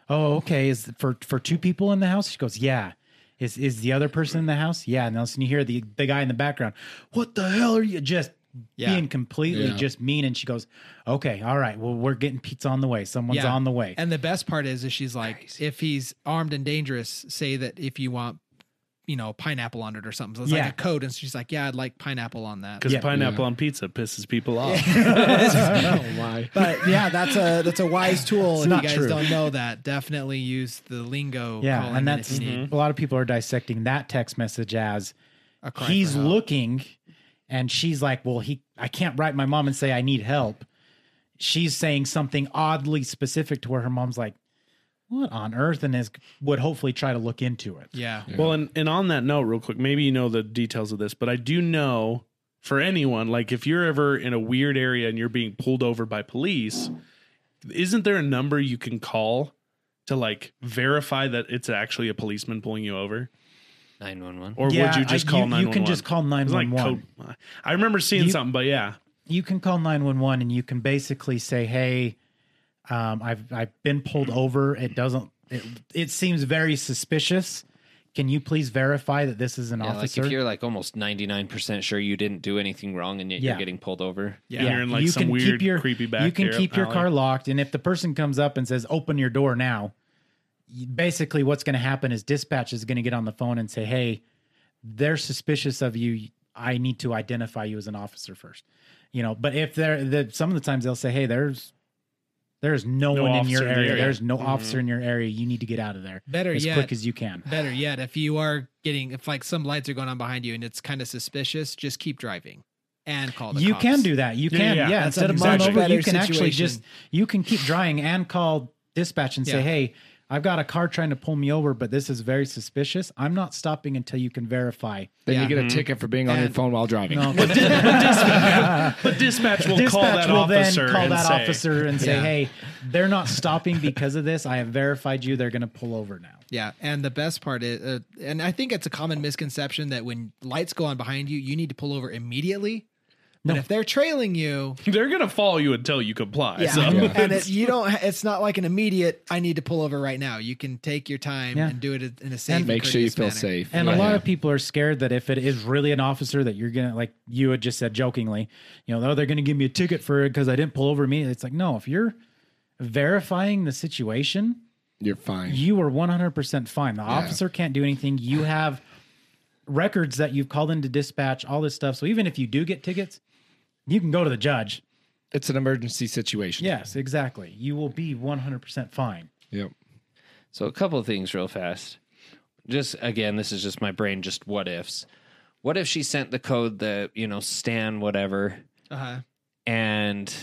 oh, okay. Is for for two people in the house?" She goes, "Yeah." Is is the other person in the house? Yeah. And then you hear the the guy in the background. What the hell are you just Yeah. being completely Yeah. just mean? And she goes, "Okay, all right. Well, we're getting pizza on the way. Someone's Yeah. on the way." And the best part is, is she's like, if he's armed and dangerous, say that if you want, you know, pineapple on it or something. So it's Yeah. like a code. And she's like, yeah, I'd like pineapple on that. Because Yeah. pineapple Yeah. on pizza pisses people off. why? But uh, yeah, that's a that's a wise tool. if you not guys true. don't know that, definitely use the lingo. yeah, calling and it if that's you need a lot of people are dissecting that text message as a cry he's for help. looking and she's like well he i can't write my mom and say i need help she's saying something oddly specific to where her mom's like what on earth and is would hopefully try to look into it Yeah. Well, and, and on that note, real quick, maybe you know the details of this, but I do know for anyone, like if you're ever in a weird area and you're being pulled over by police, isn't there a number you can call to like verify that it's actually a policeman pulling you over? Nine one one. Or would Yeah, you just I- call you- you 911? can just call It's like 911. code- I remember seeing You- something, but yeah. you can call 911 and you can basically say hey um, i've i've been pulled over it doesn't it, it seems very suspicious can you please verify that this is an Yeah, like officer? if you're like almost 99% sure you didn't do anything wrong and yet Yeah. you're getting pulled over. Yeah. You're in like some weird, creepy back You can area- keep your alley. car locked, and if the person comes up and says, "Open your door now," you- basically what's going to happen is dispatch is going to get on the phone and say, "Hey, they're suspicious of you. I need to identify you as an officer first. You know, but if they're the, some of the times they'll say, "Hey, there's there's no, No one in officer your in the area. area." Mm-hmm. There's no Mhm. officer in your area. You need to get out of there Better as yet, quick as you can." better yet, if you are getting if like some lights are going on behind you and it's kind of suspicious, just keep driving and call the you cops. can do that. You Yeah, can, yeah, yeah. yeah. Instead of That's mulling much over, better you can actually just situation. you can keep drying and call dispatch and Yeah. say, "Hey, I've got a car trying to pull me over, but this is very suspicious. I'm not stopping until you can verify." Then Yeah. you get a ticket for being on your And- phone while driving. No, But, di- but dispatch, but dispatch will call dispatch that will then officer call and that say, officer and say, Yeah. "Hey, they're not stopping because of this. I have verified you. They're going to pull over now." Yeah, and the best part is, uh, and I think it's a common misconception that when lights go on behind you, you need to pull over immediately. But if they're trailing you, they're gonna follow you until you comply. yeah, So and it, you don't, it's not like an immediate. I need to pull over right now. You can take your time Yeah. and do it in a safe, and Make sure you courteous feel manner. safe. And Yeah. a lot of people are scared that if it is really an officer that you're gonna like you had just said jokingly, you know, oh, they're gonna give me a ticket for it because I didn't pull over me. It's like, no, if you're verifying the situation, you're fine. you are one hundred percent fine. The officer can't do anything. You have records that you've called into dispatch, all this stuff. So even if you do get tickets, you can go to the judge. It's an emergency situation. Yes, exactly. You will be one hundred percent fine. Yep. So a couple of things real fast. Just again, this is just my brain, just what ifs. What if she sent the code that, you know, Stan whatever Uh-huh. and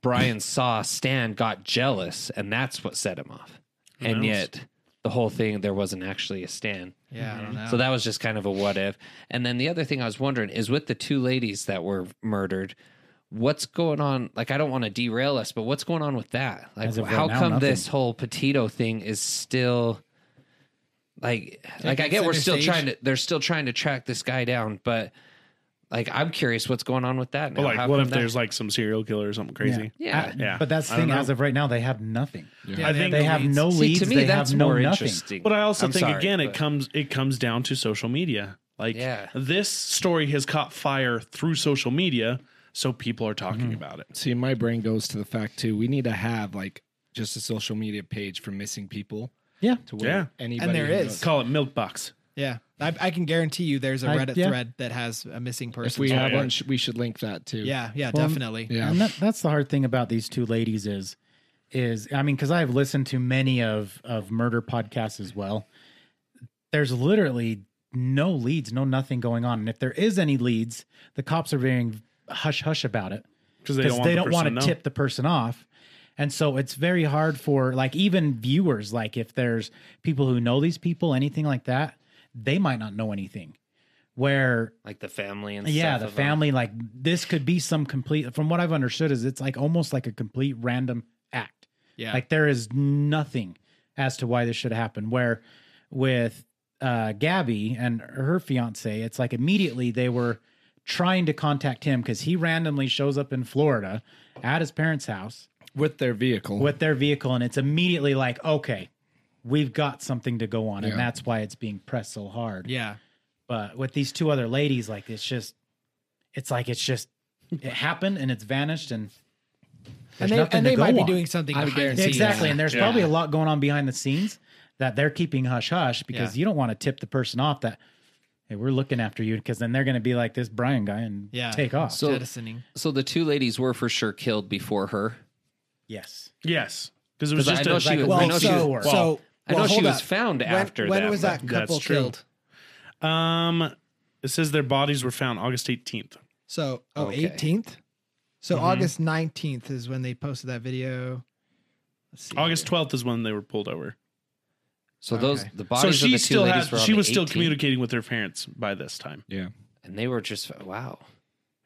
Brian saw Stan got jealous and that's what set him off. And knows? yet the whole thing there wasn't actually a Stan. Yeah, I don't Oh. know. Mm-hmm. So that was just kind of a what if. And then the other thing I was wondering is with the two ladies that were murdered, what's going on? Like, I don't want to derail us, but what's going on with that? Like, As of right how now, come nothing. this whole Petito thing is still like, like I it's get we're center still stage. trying to, they're still trying to track this guy down, but like, I'm curious what's going on with that. But now. like, How what come if that- there's like some serial killer or something crazy? Yeah. Uh, Yeah. But that's the I don't thing. know. As of right now, they have nothing. Yeah, I think They have no leads. See, leads. to me, they that's have no more nothing. interesting. But I also I'm think sorry, again, it but- comes it comes down to social media. Like Yeah. this story has caught fire through social media, so people are talking about it. See, my brain goes to the fact too. We need to have like just a social media page for missing people. Yeah. To where Yeah. anybody And there who is. knows- Call it milk box. Yeah, I, I can guarantee you, there's a I- Reddit yeah. thread that has a missing If person. we have yeah. one, sh- we should link that too. yeah, yeah, Well, definitely. Yeah. And that, that's the hard thing about these two ladies is, is I mean, because I've listened to many of of murder podcasts as well. There's literally no leads, no nothing going on, and if there is any leads, the cops are being hush hush about it Because because they don't want person to know. tip the person off. And so it's very hard for like even viewers, like if there's people who know these people, anything like that, they might not know anything. Where like the family and yeah stuff the of um, them. family like this could be some complete from what i've understood is it's like almost like a complete random act Yeah. like there is nothing as to why this should happen where with uh gabby and her fiance it's like immediately they were trying to contact him because he randomly shows up in florida at his parents house With their vehicle. with their vehicle and it's immediately like okay we've got something to go on Yeah. and that's why it's being pressed so hard yeah. but with these two other ladies like it's just it's like it's just it happened and it's vanished and And there's they, nothing and to they go might on. be doing something. I would behind the guarantee scenes. exactly and there's Yeah. probably a lot going on behind the scenes that they're keeping hush hush because Yeah. you don't want to tip the person off that hey we're looking after you because then they're going to be like this brian guy and Yeah. take off So- jettisoning. So the two ladies were for sure killed before her. yes Yes, because it was 'Cause I just know a, she like, was- Well, I know she so- was- Well, so I know well, she hold was up. found When- after When that, was but that couple that's true. killed? um, it says their bodies were found August 18th. So, oh, Okay. 18th? So Mm-hmm. August 19th is when they posted that video. Let's see August here. 12th is when they were pulled over. So those Okay. the bodies so of she the two still ladies had, were on she the was still 18th. communicating with her parents by this time. yeah. and they were just wow.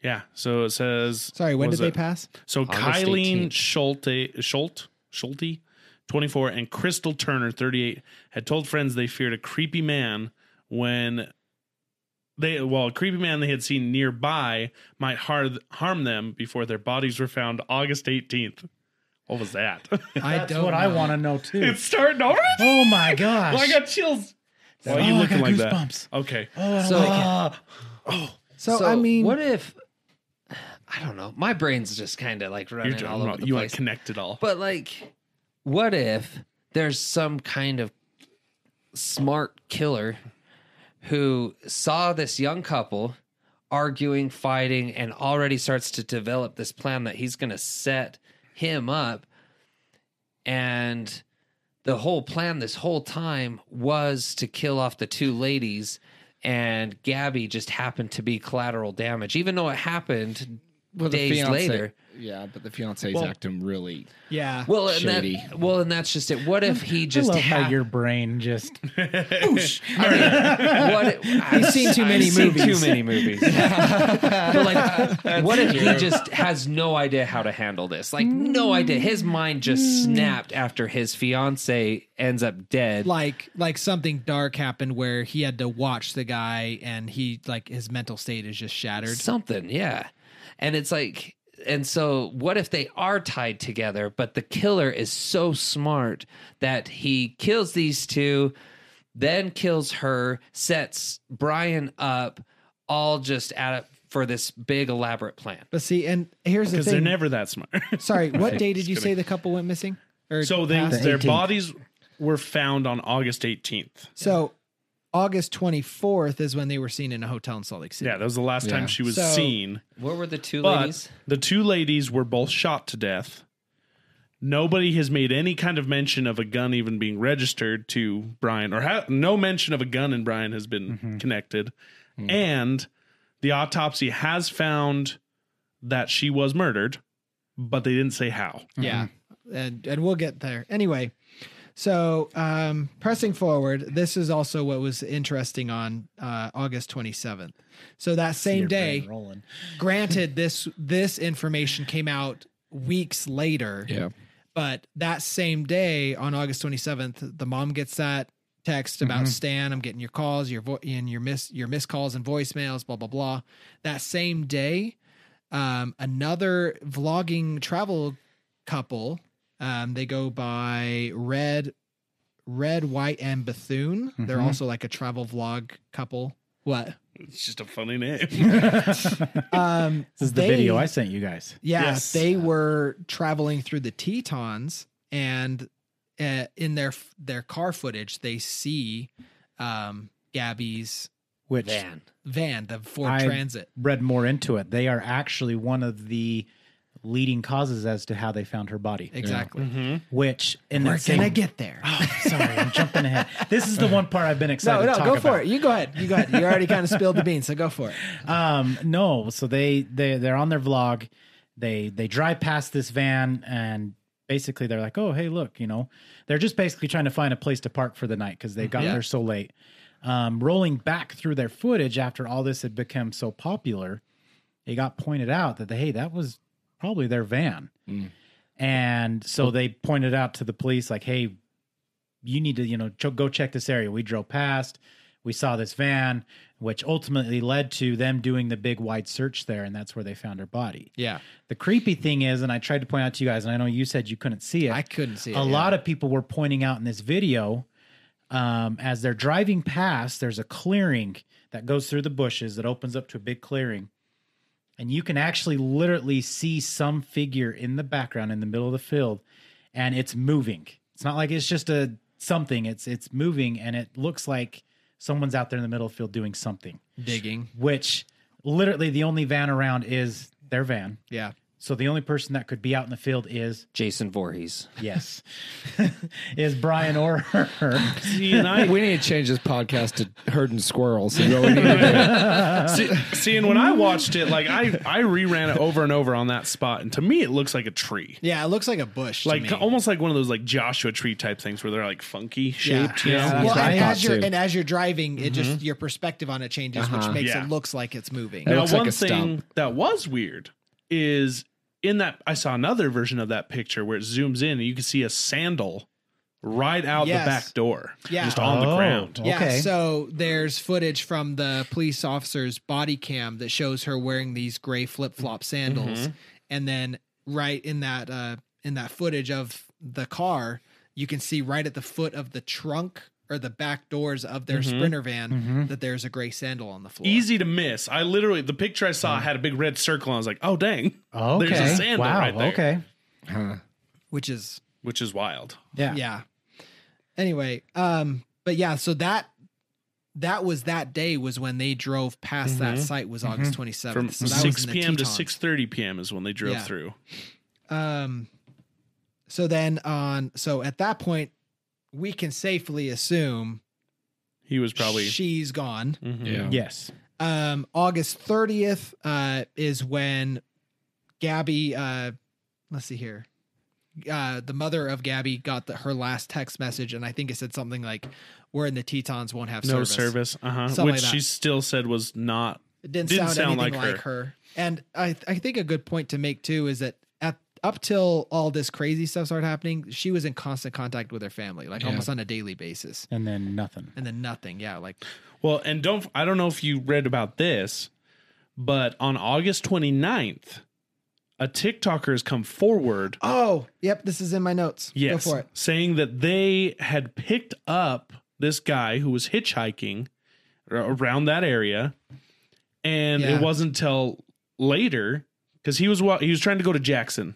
Yeah. So it says. Sorry, when was did they it- pass? So August Kyleen 18th. Schulte, Schulte, Schulte, 24, and Crystal Turner, 38, had told friends they feared a creepy man when they, well, a creepy man they had seen nearby might har- harm them before their bodies were found August 18th. What was that? I that's what i want to know too it's starting already? oh my gosh Oh, I got chills. Why are you I looking got like goosebumps. that? Okay. Oh, So- ah. uh, So, I mean, what if? I don't know. My brain's just kind of like You're running all talking over about, the you want place. to connect it all. But like, what if there's some kind of smart killer who saw this young couple arguing, fighting, and already starts to develop this plan that he's going to set him up. And the whole plan this whole time was to kill off the two ladies. And Gabby just happened to be collateral damage, even though it happened Well, days fiancé- later. Yeah, but the fiance's Well- acting really. yeah. Well, and Shady. that, well, and that's just it. What if he just I love ha- how your brain just what I've seen too many movies. Too many movies. But, like, what if he just has no idea how to handle this? Like, no Mm. idea. His mind just snapped after his fiance ends up dead. like like something dark happened where he had to watch the guy and he like his mental state is just shattered. Something, yeah. And it's like, and so what if they are tied together, but the killer is so smart that he kills these two, then kills her, sets Brian up, all just at it for this big elaborate plan. But see, and here's the Because thing. they're never that smart. Sorry, what day did you say kidding. the couple went missing? Or so they, passed? their 18th. bodies were found on August 18th. so August 24th is when they were seen in a hotel in Salt Lake City. Yeah, that was the last Yeah. time she was So- seen. Where were the two But ladies? the two ladies were both shot to death. Nobody has made any kind of mention of a gun even being registered to Brian, or ha- no mention of a gun in Brian has been connected. And the autopsy has found that she was murdered, but they didn't say how. Yeah. And and we'll get there. Anyway, so um pressing forward, this is also what was interesting on uh August 27th. So that same your day, brain rolling. granted this this information came out weeks later. Yeah. But that same day on August 27th, the mom gets that text about Mm-hmm. Stan. I'm getting your calls, your vo- and your miss your missed calls and voicemails, blah blah blah. That same day, um, another vlogging travel couple. Um, they go by Red, Red, White, and Bethune. They're Mhm. also like a travel vlog couple. What? It's just a funny name. Um, This is the they- video I sent you guys. Yeah, Yes. they were traveling through the Tetons, and uh, in their their car footage, they see um, Gabby's Which Van. van, the Ford I- Transit. read more into it, they are actually one of the leading causes as to how they found her body. Exactly. Mm-hmm. Which in We're that same, gonna get there. oh, sorry, I'm jumping ahead. This is the one part I've been excited. No, no, to talk go about. for it. You go ahead. You go ahead. You already kind of spilled the beans, so go for it. um no so they they they're on their vlog they they drive past this van and basically they're like oh hey look you know they're just basically trying to find a place to park for the night because they got Yeah. there so late um rolling back through their footage after all this had become so popular it got pointed out that hey that was probably their van Mm. and so they pointed out to the police like hey you need to you know ch- go check this area we drove past we saw this van which ultimately led to them doing the big wide search there and that's where they found her body Yeah, the creepy thing is and i tried to point out to you guys and i know you said you couldn't see it I couldn't see it. a lot of people were pointing out in this video um, as they're driving past there's a clearing that goes through the bushes that opens up to a big clearing and you can actually literally see some figure in the background in the middle of the field and it's moving it's not like it's just a something it's it's moving and it looks like someone's out there in the middle of the field doing something digging. which literally the only van around is their van Yeah, so the only person that could be out in the field is Jason Voorhees. Yes. is Brian or her. See, and I, We need to change this podcast to herding squirrels. Is what we need to see, see, and when I watched it, like I, I reran it over and over on that spot, and to me, it looks like a tree. yeah. It looks like a bush. to like me. almost like one of those like Joshua tree type things where they're like funky shaped. You Yeah, know? that's well, what I and thought as you're too. and as you're driving, it just your perspective on it changes, which Uh-huh. makes Yeah. it looks like it's moving. That Now, looks like one a stump. thing that was weird is in that I saw another version of that picture where it zooms in and you can see a sandal right out Yes. the back door, Yeah. just on the Oh. ground. Yeah. Yeah, Okay. so there's footage from the police officer's body cam that shows her wearing these gray flip Mm-hmm. flop sandals, and then right in that uh, in that footage of the car, you can see right at the foot of the trunk or the back doors of their Mhm. sprinter van Mhm. that there's a gray sandal on the floor. Easy to miss. I literally the picture I Mm. saw had a big red circle. And I was like, oh dang, Okay. There's a sandal wow. right there. Okay. Huh. which is which is wild. Yeah. yeah. Anyway, um, but yeah, so that that was that day was when they drove past that site was August twenty Mm-hmm. From seventh. so that was six in the p.m. to Tetons. six thirty p.m. is when they drove Yeah. through. Um, so then on, so at that point, we can safely assume He was probably she's gone. Mhm. Yeah. Yes. Um, August 30th, uh, is when Gabby, uh, let's see here. Uh, the mother of Gabby got the, her last text message, and I think it said something like, "We're in the Tetons, won't have no service." service, uh huh, Something which like that. she still said was not. It didn't, Didn't sound, sound anything like like, her. And I, th- I think a good point to make too is that at up till all this crazy stuff started happening, she was in constant contact with her family, like Yeah. almost on a daily basis. And then nothing. And then nothing, yeah, like Well, and don't I don't know if you read about this, but on August 29th, a TikToker has come forward. oh, yep, this is in my notes. Uh, Yes, go for it. saying that they had picked up this guy who was hitchhiking ar- around that area, and Yeah. it wasn't until later because he was wa- he was trying to go to Jackson,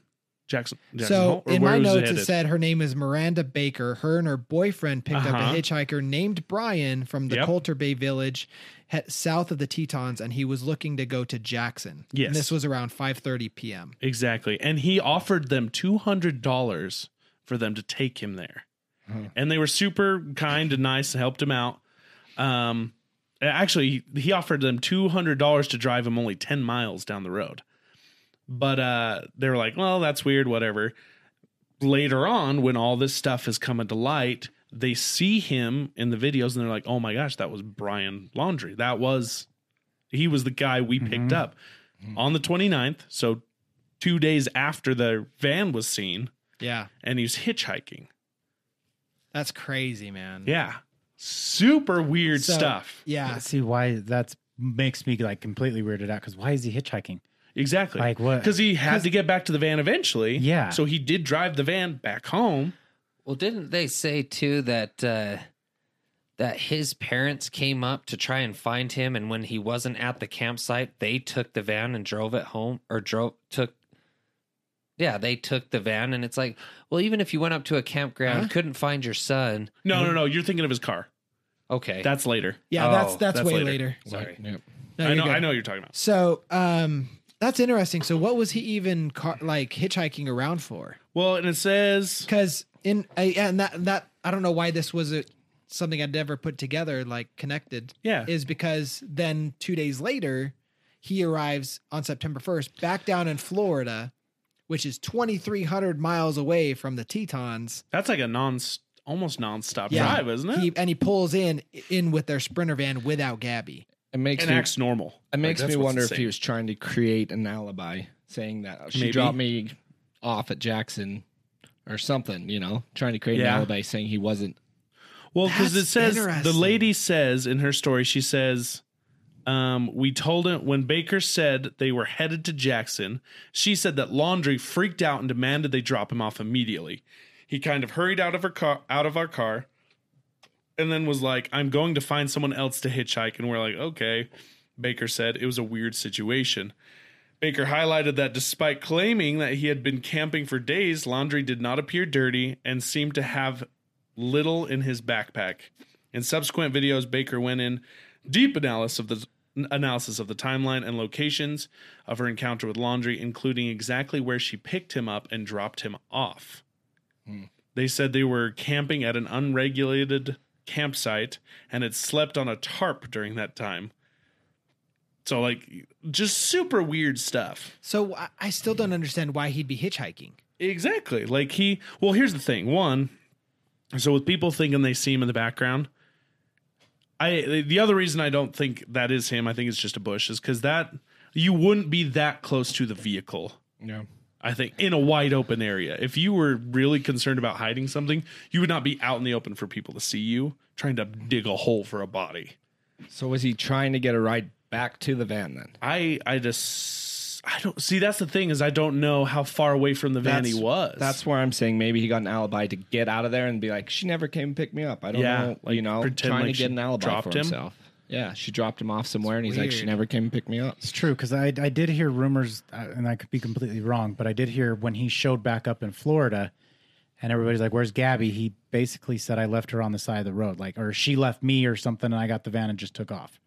Jackson. Jackson So Hole, or in where my was notes, it headed? said her name is Miranda Baker. Her and her boyfriend picked up Uh-huh. a hitchhiker named Brian from the Yep. Coulter Bay Village, he- south of the Tetons, and he was looking to go to Jackson. Yes. and this was around five thirty p.m. Exactly. And he offered them $200 for them to take him there. Huh. And they were super kind and nice and helped him out. Um, actually, he offered them $200 to drive him only 10 miles down the road. But uh, they were like, well, that's weird, whatever. Later on, when all this stuff is coming to light, they see him in the videos and they're like, oh my gosh, that was Brian Laundry. That was, he was the guy we picked up on the 29th. So two days after the van was seen Yeah, and he was hitchhiking. that's crazy, man. Yeah. Super weird So- stuff. yeah. See why that's makes me like completely weirded out because why is he hitchhiking? Exactly. Like what? because he had to get back to the van eventually. Yeah. So he did drive the van back home. Well, didn't they say too that uh, that his parents came up to try and find him, and when he wasn't at the campsite, they took the van and drove it home, or drove took. Yeah, they took the van, and it's like, well, even if you went up to a campground, Huh? couldn't find your son. No, no, no. You're thinking of his car. Okay, That's later. Yeah, Oh, that's, that's that's way later. later. sorry. Yep. No, I you're know good. I know what you're talking about. So, um, that's interesting. So, what was he even car- like hitchhiking around for? Well, and it says Because in I, and that that I don't know why this was a, something I'd never put together, like connected, Yeah. is because then two days later, he arrives on September first back down in Florida, which is twenty three hundred miles away from the Tetons. that's like a non almost nonstop Yeah. drive, isn't it? He and he pulls in in with their sprinter van without Gabby. It makes and me, acts normal. it makes Like, me that's what's wonder if insane. he was trying to create an alibi, saying that "Oh, she Maybe. dropped me off at Jackson or something. You know, trying to create Yeah. an alibi, saying he wasn't. Well, because it That's says the interesting. lady says in her story, she says, um, "We told him when Baker said they were headed to Jackson. She said that Laundry freaked out and demanded they drop him off immediately. He kind of hurried out of her car, out of our car, and then was like, "I'm going to find someone else to hitchhike." And we're like, "Okay." Baker said it was a weird situation. Baker highlighted that despite claiming that he had been camping for days, Laundry did not appear dirty and seemed to have little in his backpack. In subsequent videos, Baker went in deep analysis of the analysis of the timeline and locations of her encounter with Laundry, including exactly where she picked him up and dropped him off. Hmm. They said they were camping at an unregulated campsite and had slept on a tarp during that time. So like just super weird stuff. So I, I still don't understand why he'd be hitchhiking. Exactly. Like he well, here's the thing. One, so with people thinking they see him in the background, I the other reason I don't think that is him, I think it's just a bush, is because that you wouldn't be that close to the vehicle. No. I think in a wide open area. If you were really concerned about hiding something, you would not be out in the open for people to see you trying to dig a hole for a body. So was he trying to get a ride back to the van then? I I just I don't see. That's the thing is I don't know how far away from the van That's- he was. That's where I'm saying maybe he got an alibi to get out of there and be like, she never came and picked me up. I don't Yeah, know. like, you know, pretend trying like to she get an alibi dropped for him? himself. Yeah, she dropped him off somewhere and he's like, she weird. never came and picked me up. It's true because I I did hear rumors, uh, and I could be completely wrong, but I did hear when he showed back up in Florida, and everybody's like, "Where's Gabby?" He basically said, "I left her on the side of the road, like, or she left me, or something, and I got the van and just took off."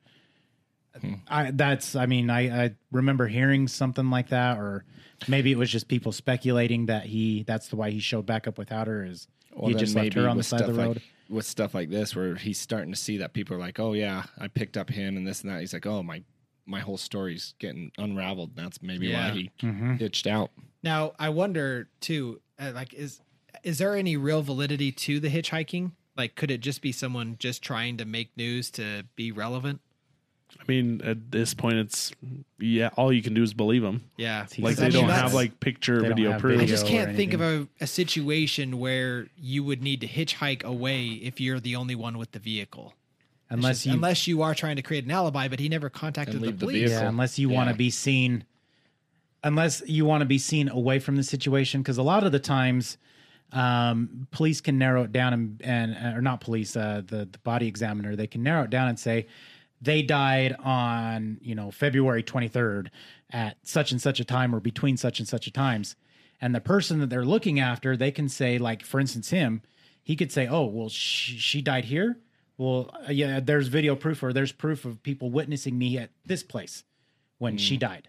Hmm. I that's I mean I I remember hearing something like that, or maybe it was just people speculating that he that's the why he showed back up without her is Well, he then just left maybe her on the with side of stuff the like- road. with stuff like this, where he's starting to see that people are like, "Oh yeah, I picked up him and this and that." He's like, "Oh my, my whole story's getting unraveled." That's maybe Yeah. why he Mhm. ditched out. Now, I wonder too, uh, like, is is there any real validity to the hitchhiking? Like, could it just be someone just trying to make news to be relevant? I mean, at this point, it's yeah. All you can do is believe him. Yeah, Like I they mean, don't that's- have like picture, They don't video have proof. I video. just or can't think of a, a situation where you would need to hitchhike away if you're the only one with the vehicle. It's unless just- you unless you are trying to create an alibi, but he never contacted And the leave the police. vehicle. Yeah, unless you want to Yeah. be seen, unless you want to be seen away from the situation, because a lot of the times, um, police can narrow it down and, and or not police, uh, the the body examiner, they can narrow it down and say they died on you know February twenty third at such and such a time or between such and such a times, and the person that they're looking after, they can say like for instance him, he could say, oh well she, she died here. Well, uh, yeah, there's video proof or there's proof of people witnessing me at this place when she died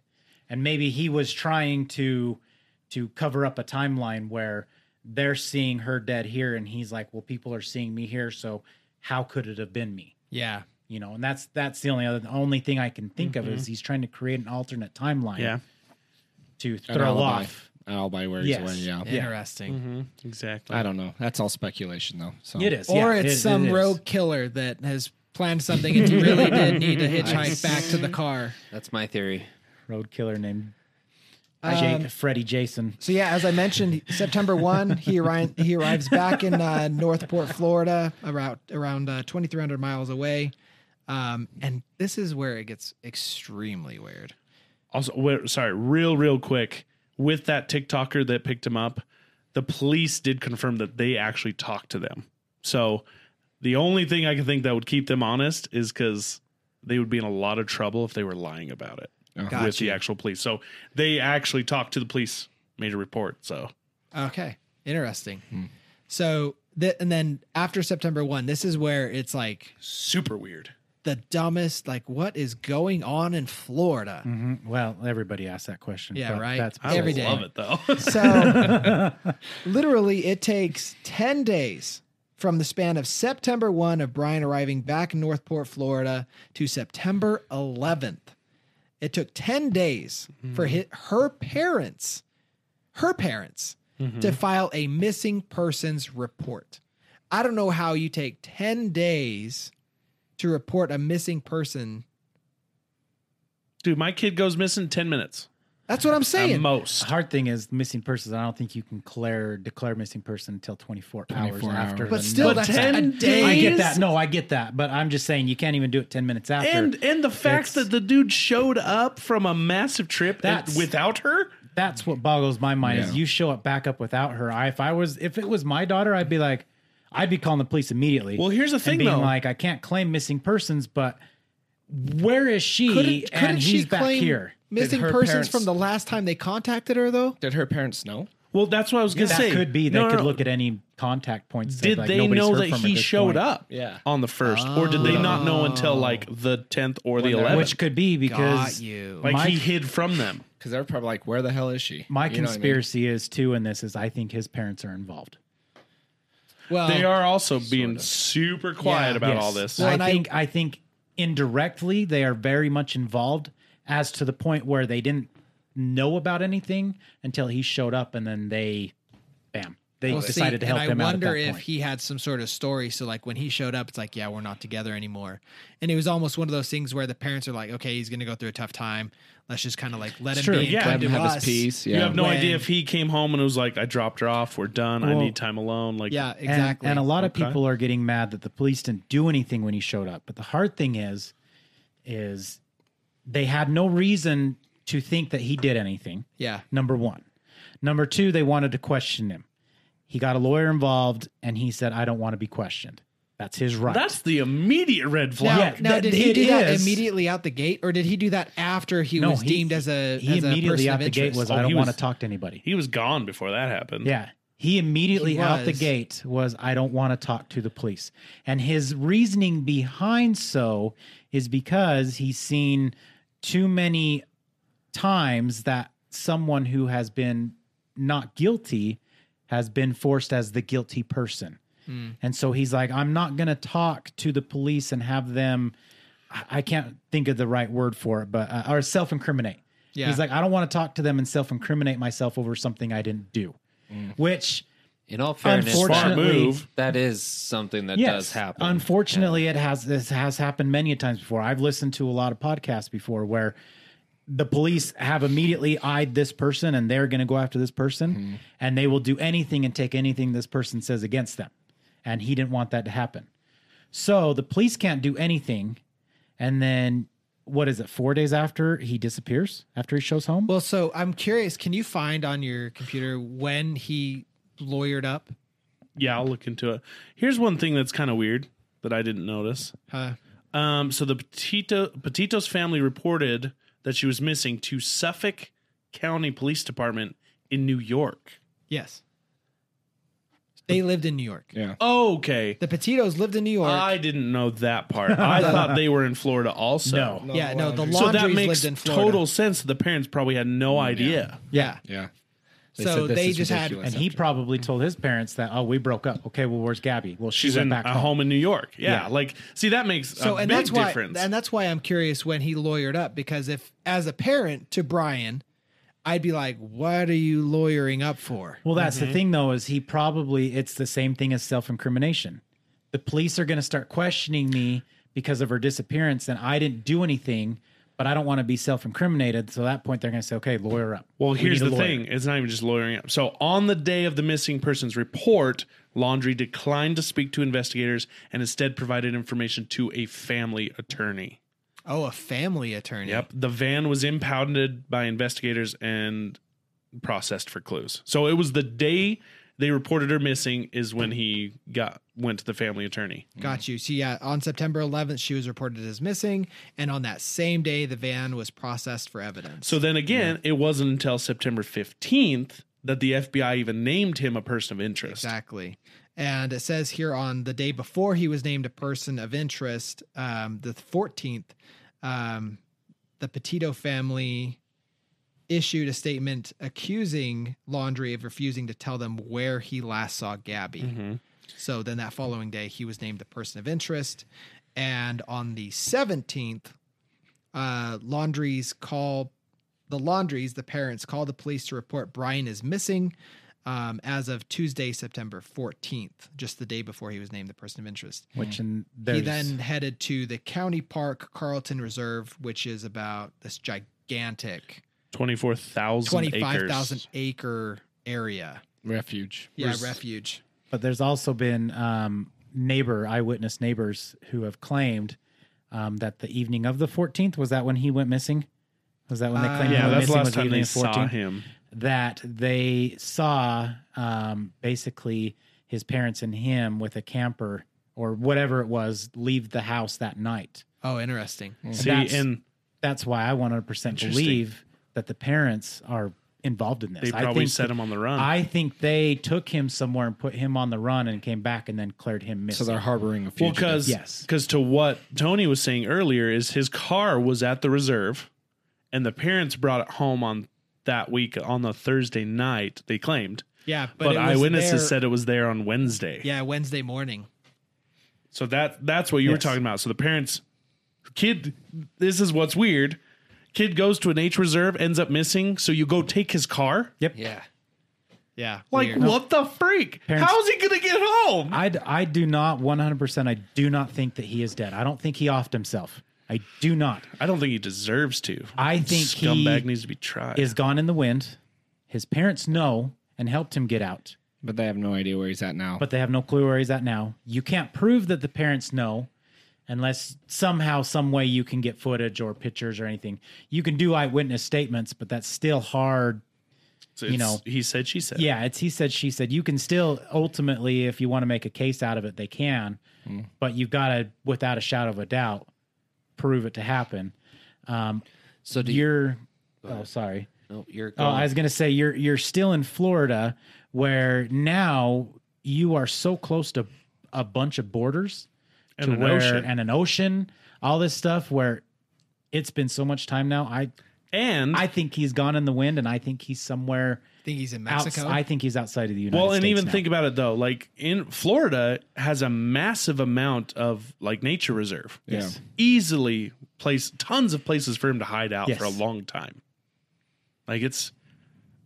and maybe he was trying to to cover up a timeline where they're seeing her dead here and he's like well people are seeing me here so how could it have been me Yeah, you know and that's that's the only other the only thing i can think of Mm-hmm. is he's trying to create an alternate timeline Yeah. to An throw alibi. off Alibi where he's Yes. Mm-hmm. away, Yeah. interesting. Exactly. I don't know. That's all speculation though. So it is Or yeah, it's it- it some is. rogue killer that has planned something and he really did need to hitchhike back to the car. That's my theory. road killer named Um, jake freddy jason So yeah, as I mentioned, September one, he arrives. He arrives back in uh, Northport, Florida, around around uh, twenty three hundred miles away. Um, and this is where it gets extremely weird. Also, wait, sorry, real, real quick. With that TikToker that picked him up, the police did confirm that they actually talked to them. So the only thing I can think that would keep them honest is because they would be in a lot of trouble if they were lying about it with the Gotcha. actual police. So they actually talked to the police, made a report. So Okay, interesting. Hmm. So th- and then after September one, this is where it's like super weird. the dumbest. Like, what is going on in Florida? Hmm. Mhm. well everybody asks that question Yeah, but right? that's I Every day. love it though. So literally, it takes 10 days from the span of September 1 of Brian arriving back in Northport, Florida to September 11th. It took 10 days for hi her parents, her parents, to file a missing persons report. I don't know how you take 10 days to report a missing person. Dude, my kid goes missing 10 minutes That's what I'm at saying. most. The hard thing is missing persons. I don't think you can declare declare missing person until 24, hours 24 after. hours. the but still, But notice. that's 10 a day. I get that. No, I get that. But I'm just saying you can't even do it 10 minutes after. And and the fact It's- that the dude showed up from a massive trip and That's- without her, that's what boggles my mind is Yeah. you show up back up without her. I, if I was if it was my daughter, I'd be like, I'd be calling the police immediately. Well, here's the and thing, being though. like, I can't claim missing persons, but where is she? Couldn't, couldn't and she he's back claim here. missing her persons parents- from the last time they contacted her, though? Did her parents know? Well, that's what I was gonna That say. could be. They No, no, could no. look at any contact points. Did like, they nobody's know heard that from at he this showed point. Oh. up? Yeah. On the first, or did they not know until like the tenth or the they're- eleventh? Which could be because Got you. Like my- he hid from them. Because they're probably like, "Where the hell is she?" My You know what I mean? conspiracy is too in this is I think his parents are involved. Oh. Well, They are also being super quiet Yeah. about Yes. all this. Well, and I- I think I, think indirectly they are very much involved as to the point where they didn't know about anything until he showed up and then they bam. They Well, see, decided to help and him I out. At wonder that if point. he had some sort of story. So, like when he showed up, it's like, yeah, we're not together anymore. And it was almost one of those things where the parents are like, okay, he's going to go through a tough time. Let's just kind of like let him Sure, be. and yeah. come Let to Have us. his piece. You Yeah. have no When- idea if he came home and was like, "I dropped her off. We're done. I Well- need time alone." Like, Yeah, And- exactly. And, a lot of Okay. people are getting mad that the police didn't do anything when he showed up. But the hard thing is, is they had no reason to think that he did anything. Yeah. Number one. Number two, they wanted to question him. He got a lawyer involved and he said, I don't want to be questioned. That's his right. That's the immediate red Now, flag. Yeah, now that- did he it do that is. immediately out the gate, or did he do that after he No, was he- deemed as a he as a immediately person out of the gate interest? was, Oh, I don't he want to was- talk to anybody. He was gone before that happened. Yeah. He immediately Mm. He out the was. gate was, I don't want to talk to the police. And his reasoning behind so is because he's seen too many times that someone who has been not guilty has been forced as the guilty person. Hmm. And so he's like, I'm not going to talk to the police and have them, I- I can't think of the right word for it, but, uh, or self incriminate. Yeah. He's like, I don't want to talk to them and self incriminate myself over something I didn't do, which In all fairness, Smart Unfortunately- that, move. that is something that yes, does happen. Unfortunately, it has this has happened many times before. I've listened to a lot of podcasts before where the police have immediately eyed this person and they're going to go after this person and they will do anything and take anything this person says against them. And he didn't want that to happen. So the police can't do anything. And then what is it? Four days after he disappears, after he shows home? Well, so I'm curious. Can you find on your computer when he lawyered up? Yeah, I'll look into it. Here's one thing that's kind of weird that I didn't notice. Huh? Um, so the Petito, Petito's family reported that she was missing to Suffolk County Police Department in New York. Yes. They lived in New York. Yeah. Okay. The Petitos lived in New York. I didn't know that part. I thought they were in Florida also. No. yeah, no, the So laundries that makes lived in Florida. total sense. The parents probably had no idea. yeah. Yeah. So said this they is just ridiculous. had. and he probably told his parents that, oh, we broke up. Okay, well, where's Gabby? Well, she She's went in back a home. home in New York. Yeah. Yeah. Like, see, that makes So a and big that's why difference. and that's why I'm curious when he lawyered up because if as a parent to Brian, I'd be like, what are you lawyering up for? Well, that's Mm-hmm. the thing though, is he probably it's the same thing as self-incrimination. The police are going to start questioning me because of her disappearance, and I didn't do anything, but I don't want to be self-incriminated. So at that point, they're going to say, "Okay, lawyer up." Well, We here's need the a lawyer." thing. It's not even just lawyering up. So, on the day of the missing persons report, Laundry declined to speak to investigators and instead provided information to a family attorney. Oh, a family attorney. Yep. The van was impounded by investigators and processed for clues. So, it was the day they reported her missing is when he got went to the family attorney. Got you. So yeah, on September 11th, she was reported as missing, and on that same day, the van was processed for evidence. So then again, it wasn't until September 15th that the FBI even named him a person of interest. Exactly. And it says here on the day before he was named a person of interest, um, the 14th, um, the Petito family issued a statement accusing Laundry of refusing to tell them where he last saw Gabby. Mhm. So then that following day, he was named a person of interest. And on the 17th, uh, Laundries call the Laundries, the parents call the police to report Brian is missing um, as of Tuesday, September 14th, just the day before he was named the person of interest. Which and He there's then headed to the County Park Carlton Reserve, which is about this gigantic 24,000 acres. 25,000 acre area. Refuge. Yeah, Res- refuge. but there's also been um, neighbor eyewitness neighbors who have claimed um, that the evening of the 14th was that when he went missing. Was that when they claimed Uh, he Ah, Yeah, went that's missing the was last the time evening they of 14th? saw him. that they saw um, basically his parents and him with a camper or whatever it was leave the house that night. Oh, interesting. See, that's- and That's why I 100% Interesting. believe that the parents are involved in this. they I probably think set him on the run. I think they took him somewhere and put him on the run and came back and then declared him So missing. they're harboring a well, fugitive. because Yes. to what Tony was saying earlier is his car was at the reserve, and the parents brought it home on that week on the Thursday night. They claimed, Yeah, but, but, it was eyewitnesses there- said it was there on Wednesday. Yeah, Wednesday morning. So that that's what you were Yes. talking about. So the parents, kid, this is what's weird. Kid goes to an H reserve, ends up missing. So you go take his car. Yeah. Yeah. Like weird. what the freak? Parents- How's he gonna get home? I, d- I do not 100%. I do not think that he is dead. I don't think he offed himself. I do not. I don't think he deserves to. I think he- scumbag needs to be tried. Is gone in the wind. His parents know and helped him get out. but they have no idea where he's at now. but they have no clue where he's at now. You can't prove that the parents know. unless somehow, some way you can get footage or pictures or anything. You can do eyewitness statements, but that's still hard So You it's- know. he said, she said. yeah, it's he said, she said. You can still ultimately, if you want to make a case out of it, they can, Hmm. but you've got to, without a shadow of a doubt, prove it to happen. Um, So do you? you're, oh, sorry. No, you're. Oh, I was gonna say you're you're still in Florida, where now you are so close to a bunch of borders, And to an where ocean. and an ocean, all this stuff. Where it's been so much time now. I And I think he's gone in the wind, and I think he's somewhere think he's in Mexico. outside. I think he's outside of the United well, and States even now. think about it though, like in Florida has a massive amount of like nature reserve. Yes. Easily place tons of places for him to hide out Yes. for a long time. Like it's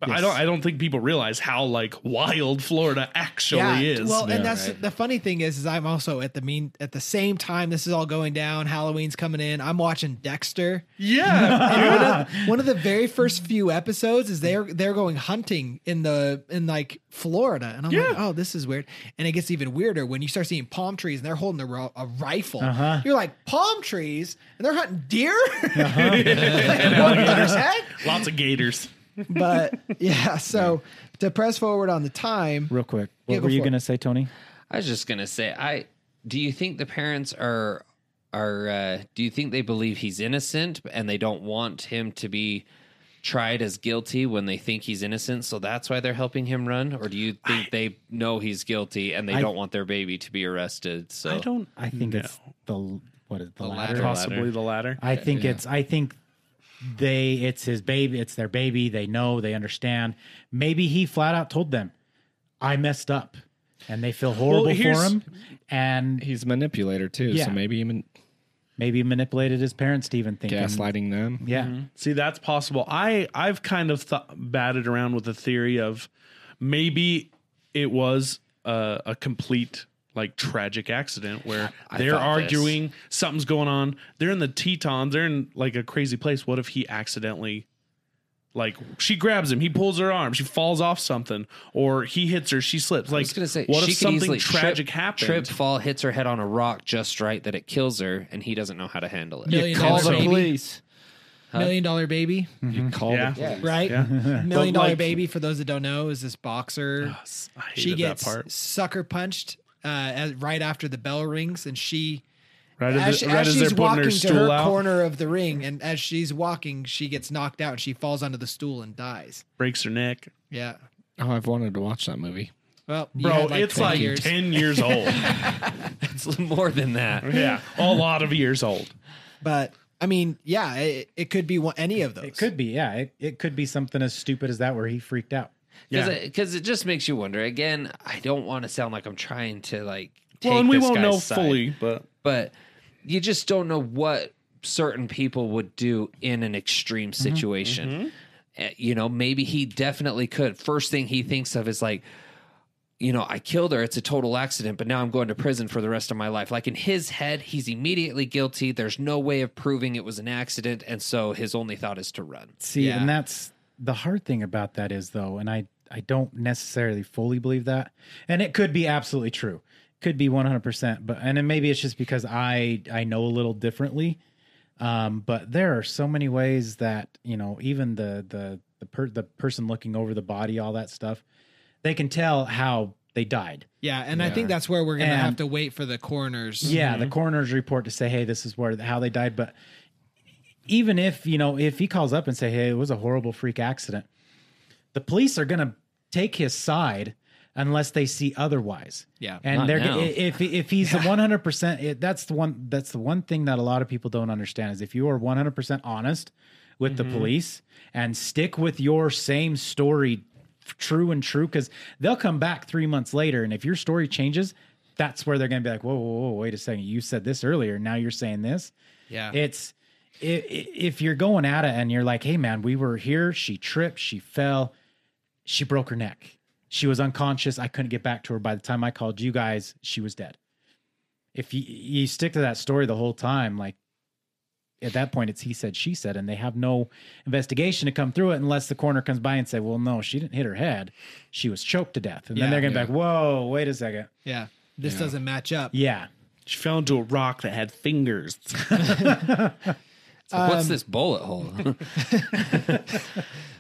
but I Yes. don't I don't think people realize how like wild Florida actually is. Well, Yeah, and that's right. the funny thing is, is I'm also at the mean at the same time this is all going down. Halloween's coming in. I'm watching Dexter. yeah. And one, of, one of the very first few episodes is they're they're going hunting in the in like Florida, and I'm Yeah. like, oh, this is weird. And it gets even weirder when you start seeing palm trees and they're holding a, ro- a rifle. Uh-huh. You're like palm trees, and they're hunting deer. What the heck? Lots of gators. But yeah, so to press forward on the time, real quick. What Yeah, go were you for it. gonna say, Tony? I was just gonna say. I do you think the parents are are uh, do you think they believe he's innocent and they don't want him to be tried as guilty when they think he's innocent so that's why they're helping him run or do you think they know he's guilty and they I- don't want their baby to be arrested so I don't I think know. it's the what is the, latter. latter. possibly the latter. I think it's I think they it's his baby, it's their baby. They know, they understand. Maybe he flat out told them, "I messed up," and they feel horrible for here's- him, and He's a manipulator too, Yeah. so maybe even maybe manipulated his parents to even think. gaslighting them. Yeah, See, that's possible. I I've kind of th- batted around with the theory of maybe it was a, a complete like tragic accident where I they're thought this. arguing something's going on. They're in the Tetons. They're in like a crazy place. What if he accidentally like she grabs him, he pulls her arm, she falls off something, or he hits her, she slips. Like I was gonna say what she if could something easily tragic trip, happened? Trip fall hits her head on a rock just right that it kills her and he doesn't know how to handle it. Million call dollar the baby. police. million dollar baby, You call Yeah. the police. right? Hmm. Yeah. Million But, Dollar like- Baby, for those that don't know, is this boxer. Oh, I hated she gets that part. sucker punched uh, as, right after the bell rings, and she Right as, as, she- they're- right as as they're she's putting her walking to her stool out, corner of the ring, and as she's walking, she gets knocked out and she falls onto the stool and dies. breaks her neck. Yeah. Oh, I've wanted to watch that movie. Well, you Bro, had, like, it's 20 like years. 10 years old. It's more than that. yeah, a lot of years old. but I mean, yeah, it, it could be one, any of those. it could be. Yeah, it, it could be something as stupid as that where he freaked out. Because Yeah. it, 'cause it just makes you wonder. Again, I don't want to sound like I'm trying to like take well, and we this won't guy's know side, fully, but but you just don't know what certain people would do in an extreme Mm-hmm, situation. Uh, You know, maybe he definitely could. First thing he thinks of is like, you know, I killed her. It's a total accident, but now I'm going to prison for the rest of my life. Like in his head, he's immediately guilty. There's no way of proving it was an accident. And so his only thought is to run. See, Yeah. and that's the hard thing about that is though, and I I don't necessarily fully believe that, and it could be absolutely true, could be one hundred percent, but and then maybe it's just because I I know a little differently, um, but there are so many ways that you know even the the the per, the person looking over the body, all that stuff, they can tell how they died. Yeah, and I think that's where we're gonna And- have to wait for the coroners. Yeah, the coroner's report to say, hey, this is where how they died. But even if you know, if he calls up and say, hey, it was a horrible freak accident, the police are gonna take his side unless they see otherwise. Yeah. and Not they're now. if if he's one hundred percent, that's the one that's the one thing that a lot of people don't understand is if you are one hundred percent honest with Mm-hmm. the police and stick with your same story f- true and true because they'll come back three months later and if your story changes that's where they're going to be like whoa, whoa whoa wait a second you said this earlier now you're saying this Yeah. it's i- i- if you're going at it and you're like hey man we were here she tripped she fell she broke her neck she was unconscious i couldn't get back to her by the time i called you guys she was dead if you you stick to that story the whole time like at that point it's he said she said and they have no investigation to come through it unless the coroner comes by and say well no she didn't hit her head she was choked to death and Yeah. then they're gonna be like whoa wait a second yeah. This doesn't match up. yeah She fell into a rock that had fingers. It's like, What's Um, this bullet hole?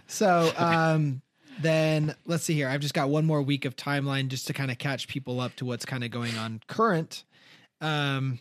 So um, then let's see here. I've just got one more week of timeline just to kind of catch people up to what's kind of going on current. Um,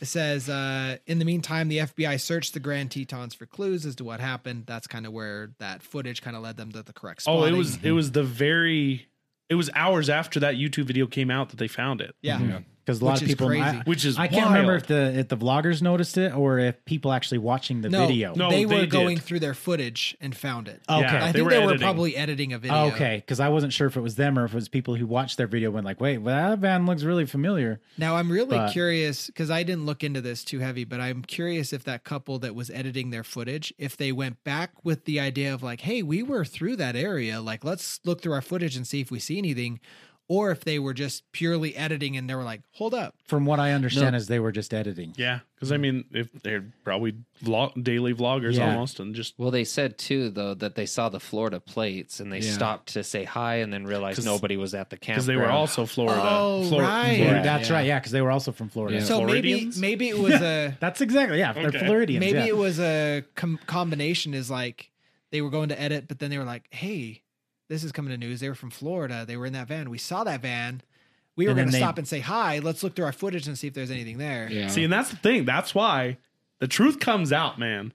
it says, uh, in the meantime, the FBI searched the Grand Tetons for clues as to what happened. That's kind of where that footage kind of led them to the correct spot. Oh, it was it was the very it was hours after that YouTube video came out that they found it. Yeah. because a lot Which of is people. crazy. I, Which is I can't remember wild. if the if the vloggers noticed it or if people actually watching the No, video. No, they they were did. going through their footage and found it. Okay. Yeah, I they think were they were editing. probably editing a video. Oh, Okay, because I wasn't sure if it was them or if it was people who watched their video and went like, "Wait, well, that van looks really familiar." Now I'm really But- curious because I didn't look into this too heavy, but I'm curious if that couple that was editing their footage, if they went back with the idea of like, hey, we were through that area, like let's look through our footage and see if we see anything, or if they were just purely editing and they were like, hold up, From what I understand, No. is they were just editing. Yeah, because I mean, if they're probably vlog, daily vloggers Yeah. almost, and just well, they said too though that they saw the Florida plates and they Yeah. stopped to say hi and then realized 'Cause- nobody was at the because campground. they were also Florida. Oh, Flor- right. Yeah, Florida. that's Yeah. right. Yeah, because they were also from Florida. Yeah. so Floridians? maybe maybe it was a That's exactly yeah. They're Okay. Floridians. maybe yeah. it was a com- combination is like they were going to edit, but then they were like, hey, this is coming to news. They were from Florida. They were in that van. We saw that van. We were And then going to they- stop and say hi. Let's look through our footage and see if there's anything there. Yeah. See, and that's the thing. That's why the truth comes out, man.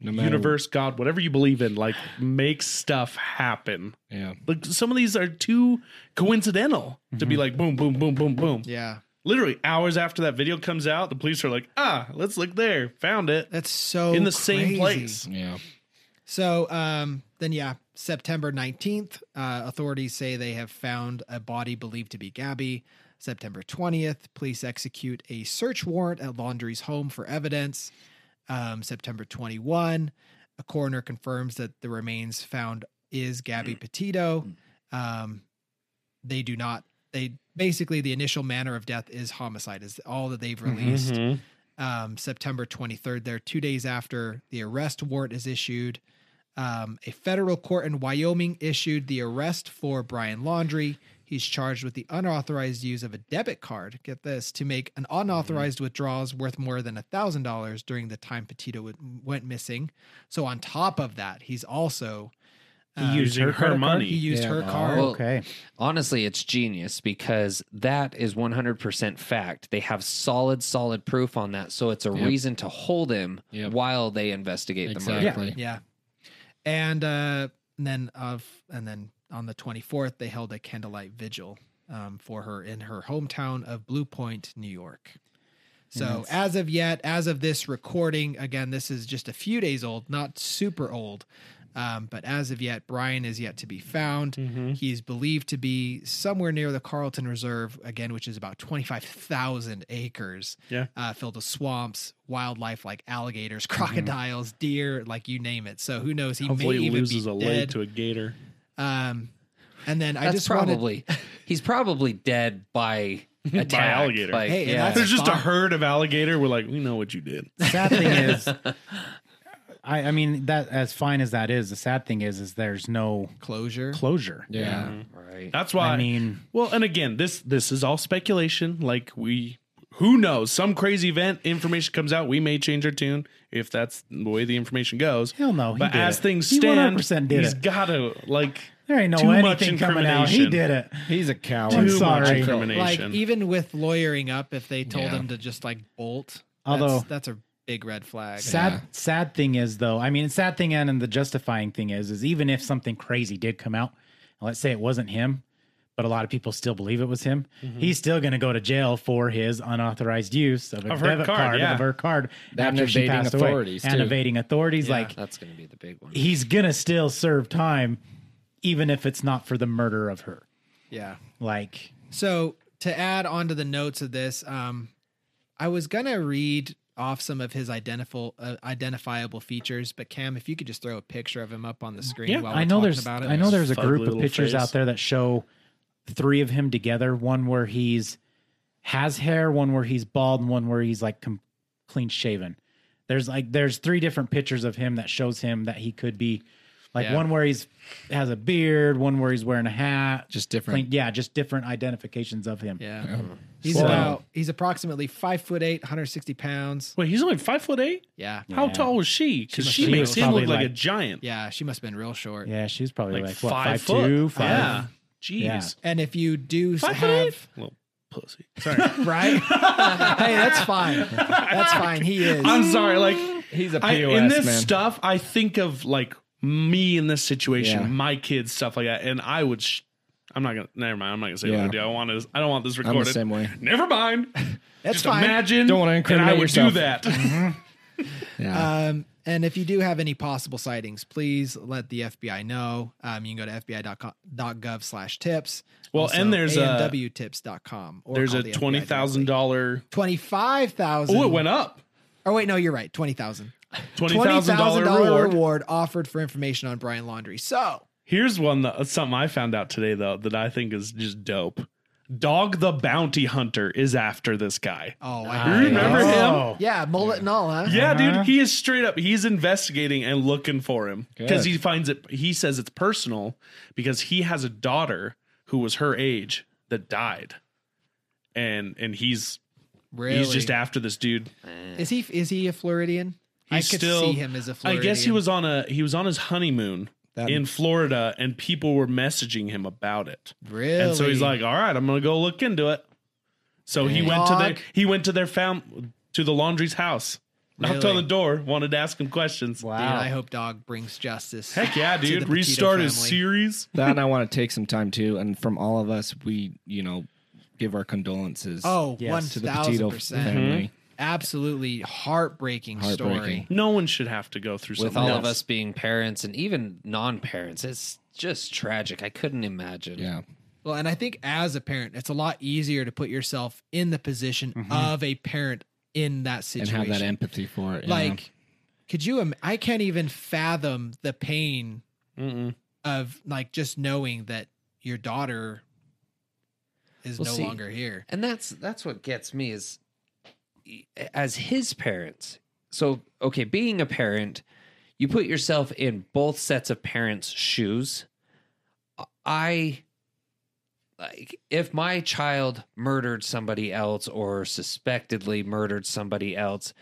no Universe, God, whatever you believe in, like make stuff happen. Yeah. Like some of these are too coincidental to be like boom, boom, boom, boom, boom. Yeah. Literally hours after that video comes out, the police are like, ah, let's look there, found it That's so in the same crazy. place. Yeah. So um then yeah, September 19th, uh, authorities say they have found a body believed to be Gabby. September 20th, police execute a search warrant at Laundrie's home for evidence. Um, September 21, a coroner confirms that the remains found is Gabby Petito. Um, they do not they basically the initial manner of death is homicide is all that they've released. Mm-hmm. um, September 23rd, there, two days after the arrest warrant is issued. Um, a federal court in Wyoming issued the arrest for Brian Laundry. He's charged with the unauthorized use of a debit card, get this, to make an unauthorized Mm-hmm. withdrawals worth more than $1,000 during the time Petito w- went missing. So, on top of that, he's also uh, He used Uh, Using her, her credit card? money. he used Yeah. her Oh, card. okay. honestly it's genius because that is 100% fact they have solid solid proof on that so it's a Yep. reason to hold him Yep. while they investigate the murder Exactly. Yeah. And uh and then of and then on the 24th they held a candlelight vigil um for her in her hometown of Blue Point, New York. Mm-hmm. So as of yet, as of this recording, again this is just a few days old, not super old. Um, but as of yet, Brian is yet to be found. Mm-hmm. He's believed to be somewhere near the Carlton Reserve, again, which is about 25,000 acres Yeah. Mm-hmm. uh, filled with swamps, wildlife like alligators, crocodiles, deer, like you name it. So who knows? He Hopefully, may he even loses be a dead. leg to a gator. um, and then I that's just wanted- probably he's probably dead by attack. alligator. like, Hey, and yeah. that's- There's just a fine. herd of alligator. We're like, we know what you did. Sad thing is, I I mean that as fine as that is, the sad thing is is there's no closure. closure. Yeah. right That's why. I mean, well, and again, this this is all speculation. Like we, who knows? Some crazy event information comes out. We may change our tune if that's the way the information goes. Hell no, he But did as it. things He stand, 100% did he's it. gotta like there ain't no Too much anything coming out. He incrimination. did it. He's a coward. too much sorry. Like e- incrimination. even with lawyering up, if they told Yeah. him to just like bolt, Although- that's, that's a big red flag. Sad Yeah. sad thing is though, I mean sad thing and, and the justifying thing is is even if something crazy did come out, and let's say it wasn't him, but a lot of people still believe it was him, he's still gonna go to jail for his unauthorized use of a Of her debit card, card, yeah. of her card And after she evading passed authorities, away. And too. evading authorities. Yeah. Like that's gonna be the big one he's gonna still serve time even if it's not for the murder of her. Yeah. Like So to add on to the notes of this, um, I was gonna read off some of his identif- uh, identifiable features, but Cam, if you could just throw a picture of him up on the screen Yeah, while we're I know talking there's about it. I know there's a Fugly group of little pictures face. out there that show three of him together. One where he's has hair, one where he's bald, and one where he's like com- clean shaven. There's like there's three different pictures of him that shows him that he could be Like Yeah. one where he's has a beard, one where he's wearing a hat. Just Like, different. yeah, just different identifications of him. Yeah. Oh. He's So- about he's approximately five foot eight, 160 pounds. Wait, he's only five foot eight. Yeah. How Yeah. tall was she? Because must- she, she makes was him look probably like, a like- giant. Yeah, she must have been real short. Yeah, she's probably like, like, what five, five foot. two, five. Yeah. Jeez. Yeah. And if you do Five foot have eight. Little pussy. Sorry. right? hey, that's fine. That's fine. He is. I'm sorry. Like Mm. He's a I, POS in this man. stuff, I think of like me in this situation, Yeah. my kids, stuff like that, and I would. Sh- I'm not gonna. Never mind. I'm not gonna say what I Yeah. do. I want to. I don't want this I'm the recorded. same way. Never mind. That's Just fine. imagine. Don't wanna and I incriminate would yourself. Mm-hmm. do that. Yeah. Um, and if you do have any possible sightings, please let the FBI know. Um, you can go to fbi.gov slash tips. Well, and there's a- amwtips.com. Or There's call a the FBI twenty thousand dollar. directly. 25,000. Oh, Mm-hmm. it went up. Oh, wait, no, you're right. 20,000. Twenty thousand $20,000 dollar reward. reward. offered for information on Brian Laundry. So, Here's one that uh, something I found out today though that I think is just dope. Dog the bounty hunter is after this guy. oh, I You remember him? Oh. Yeah, mullet and all, huh? Yeah, Uh-huh. dude, he is straight up. He's investigating and looking for him because Good. he finds it. He says it's personal because he has a daughter who was her age that died, and and he's Really? he's just after this dude. is he is he a Floridian? I He's could still- see him as a I Floridian. guess he was on a he was on his honeymoon That- in Florida, and people were messaging him about it, really. and so he's like, "All right, I'm gonna go look into it." So he went to their Dog. he went to their fam to the laundry's house, knocked on Really? the door, wanted to ask him questions. Wow. Dude, I hope Dog brings justice. Heck yeah, to dude. the Petito Restart his family. series. that and I want to take some time too. And from all of us, we, you know, give our condolences Oh, Yes, one to the Petito thousand percent, Mm-hmm. family. absolutely heartbreaking, story. Heartbreaking. No one should have to go through with something all else. of us being parents and even non-parents it's just tragic i couldn't imagine Yeah. Well, and I think as a parent, it's a lot easier to put yourself in the position of a parent in that Mm-hmm. And situation. have that empathy for it. you know? like, could you? Im- I can't even fathom the pain Mm-mm. of like just knowing that your daughter is Well, no see, longer here. and that's that's what gets me is as his parents so okay being a parent you put yourself in both sets of parents shoes i like if my child murdered somebody else or suspectedly murdered somebody else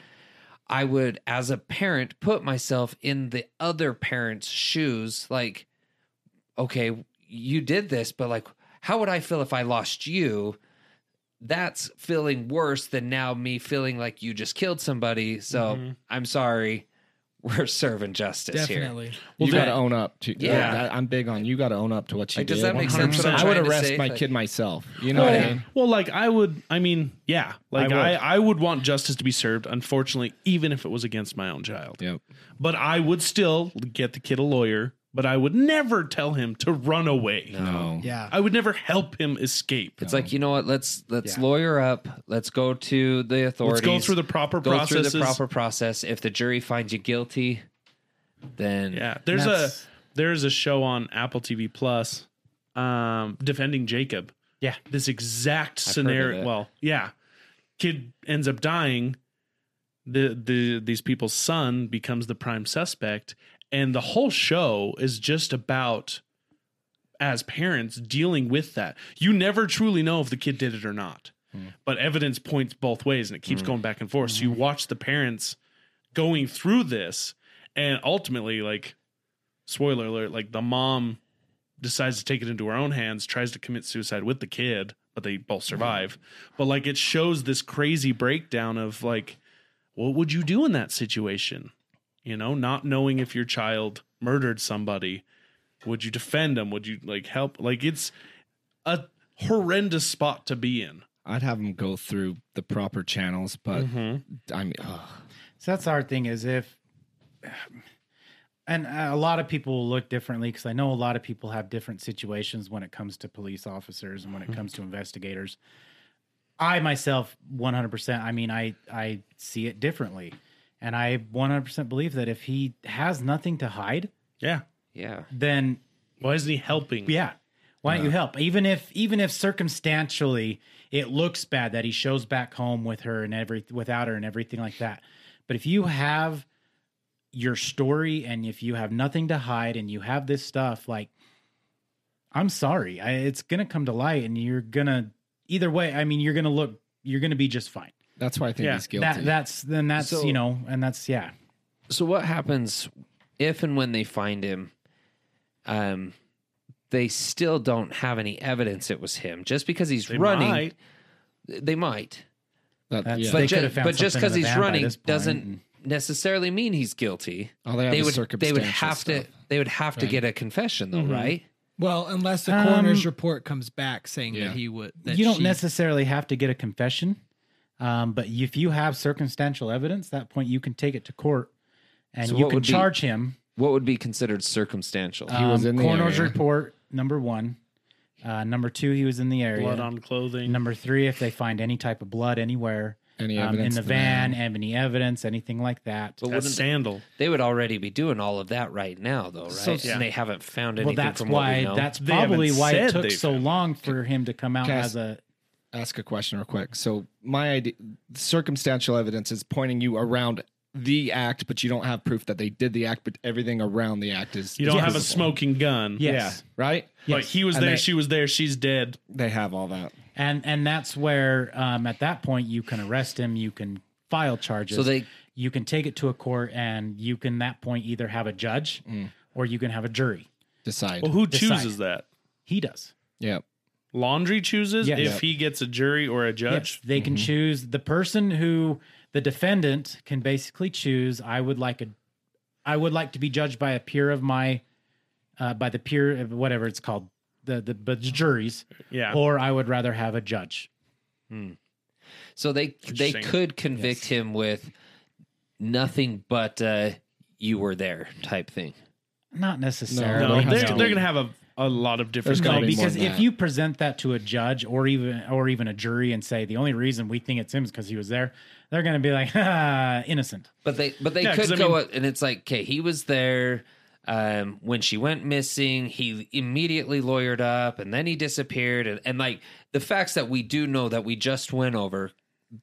i would as a parent put myself in the other parent's shoes like okay you did this but like how would i feel if i lost you that's feeling worse than now me feeling like you just killed somebody. So I'm sorry. We're serving justice here. Definitely. you that- got to own up to. Yeah. Yeah. I'm big on you got to own up to what you Like, did. does that make sense? What I'm 100%. I would trying to arrest say? my Like, kid myself. You know Well, what I mean? well, like I would. I mean, yeah. Like I would. I, I, would want justice to be served. Unfortunately, even if it was against my own child. Yep. But I would still get the kid a lawyer. But I would never tell him to run away. Oh. No. Yeah. I would never help him escape. It's like you know what? Let's let's Yeah. lawyer up. Let's go to the Let's authorities. go through the proper go processes. through the proper process. If the jury finds you guilty, then Yeah, there's a That's- there's a show on Apple TV Plus, um, defending Jacob. Yeah. this exact I've heard of scenario. it. Well, yeah, kid ends up dying. The the these people's son becomes the prime suspect, and the whole show is just about as parents dealing with that. You never truly know if the kid did it or not, Hmm. but evidence points both ways, and it keeps going back and forth. So you watch the parents going through this, and ultimately, like, spoiler alert, like the mom decides to take it into her own hands, tries to commit suicide with the kid, but they both survive. But like it shows this crazy breakdown of like, what would you do in that situation? You know, not knowing if your child murdered somebody, would you defend them? Would you like help? Like it's a horrendous spot to be in. I'd have them go through the proper channels, but Mhm. I mean, ugh. So that's the hard thing is if, and a lot of people will look differently because I know a lot of people have different situations when it comes to police officers and when it comes to investigators. I myself, 100%, I mean, I, I see it differently. And I 100% believe that if he has nothing to hide, Yeah. yeah. then Why isn't he helping? yeah. Why don't you help? Even if even if circumstantially it looks bad that he shows back home with her and every without her and everything like that. But if you have your story and if you have nothing to hide and you have this stuff like i'm sorry I, it's gonna come to light and you're gonna either way i mean you're gonna look you're gonna be just fine That's why I think Yeah, he's guilty. that that's then that's So- you know and that's yeah So what happens if and when they find him? Um, they still don't have any evidence it was him. Just because he's They running, might. they might. That- that's yeah. But, They ju- could have found but just something because in the he's van by running this point and- doesn't necessarily mean he's guilty. All they have they is would they circumstantial would have stuff. to they would have to get a confession though, right? Well, unless the Um, coroner's report comes back saying yeah. that he would, that you don't she- necessarily have to get a confession um, but if you have circumstantial evidence that point you can take it to court and So you what can would be- charge him um, What would be considered circumstantial? He was in the coroner's area. report number one uh, number two he was in the area Blood on clothing. number three if they find any type of blood anywhere Any um, in evidence the of the van man. any evidence anything like that but That wouldn't sandal. they would already be doing all of that right now though, right? So- Yeah. And they haven't found well anything that's from what we why know. that's They probably haven't why said it took they've so found long for him to come out Cass- as a ask a question real quick. So my idea, circumstantial evidence is pointing you around the act, but you don't have proof that they did the act, but everything around the act is. You don't is have a visible. smoking gun. yes right? Like Yes. he was And there, they- she was there, she's dead. They have all that. and and that's where um, at that point you can arrest him you can file charges so they you can take it to a court and you can that point either have a judge Mm. or you can have a jury Decide. Well, who Decide. chooses that? he does yeah. Laundry chooses Yes. if Yep. he gets a jury or a yes, judge. Mm-hmm. they can choose the person who the defendant can basically choose i would like a i would like to be judged by a peer of my uh, by the peer of whatever it's called the the but juries Yeah. or i would rather have a judge So they they Interesting. could convict him with nothing but uh, you were there type thing. not necessarily no, No. they're, they're going to have a, a lot of different. There's gotta no, be more because than if that. you present that to a judge or even or even a jury and say the only reason we think it's him is because he was there, they're going to be like, ah, innocent. But they but they Yeah, 'cause could I go mean- out and it's like okay he was there um, when she went missing. He immediately lawyered up and then he disappeared and, and like the facts that we do know that we just went over,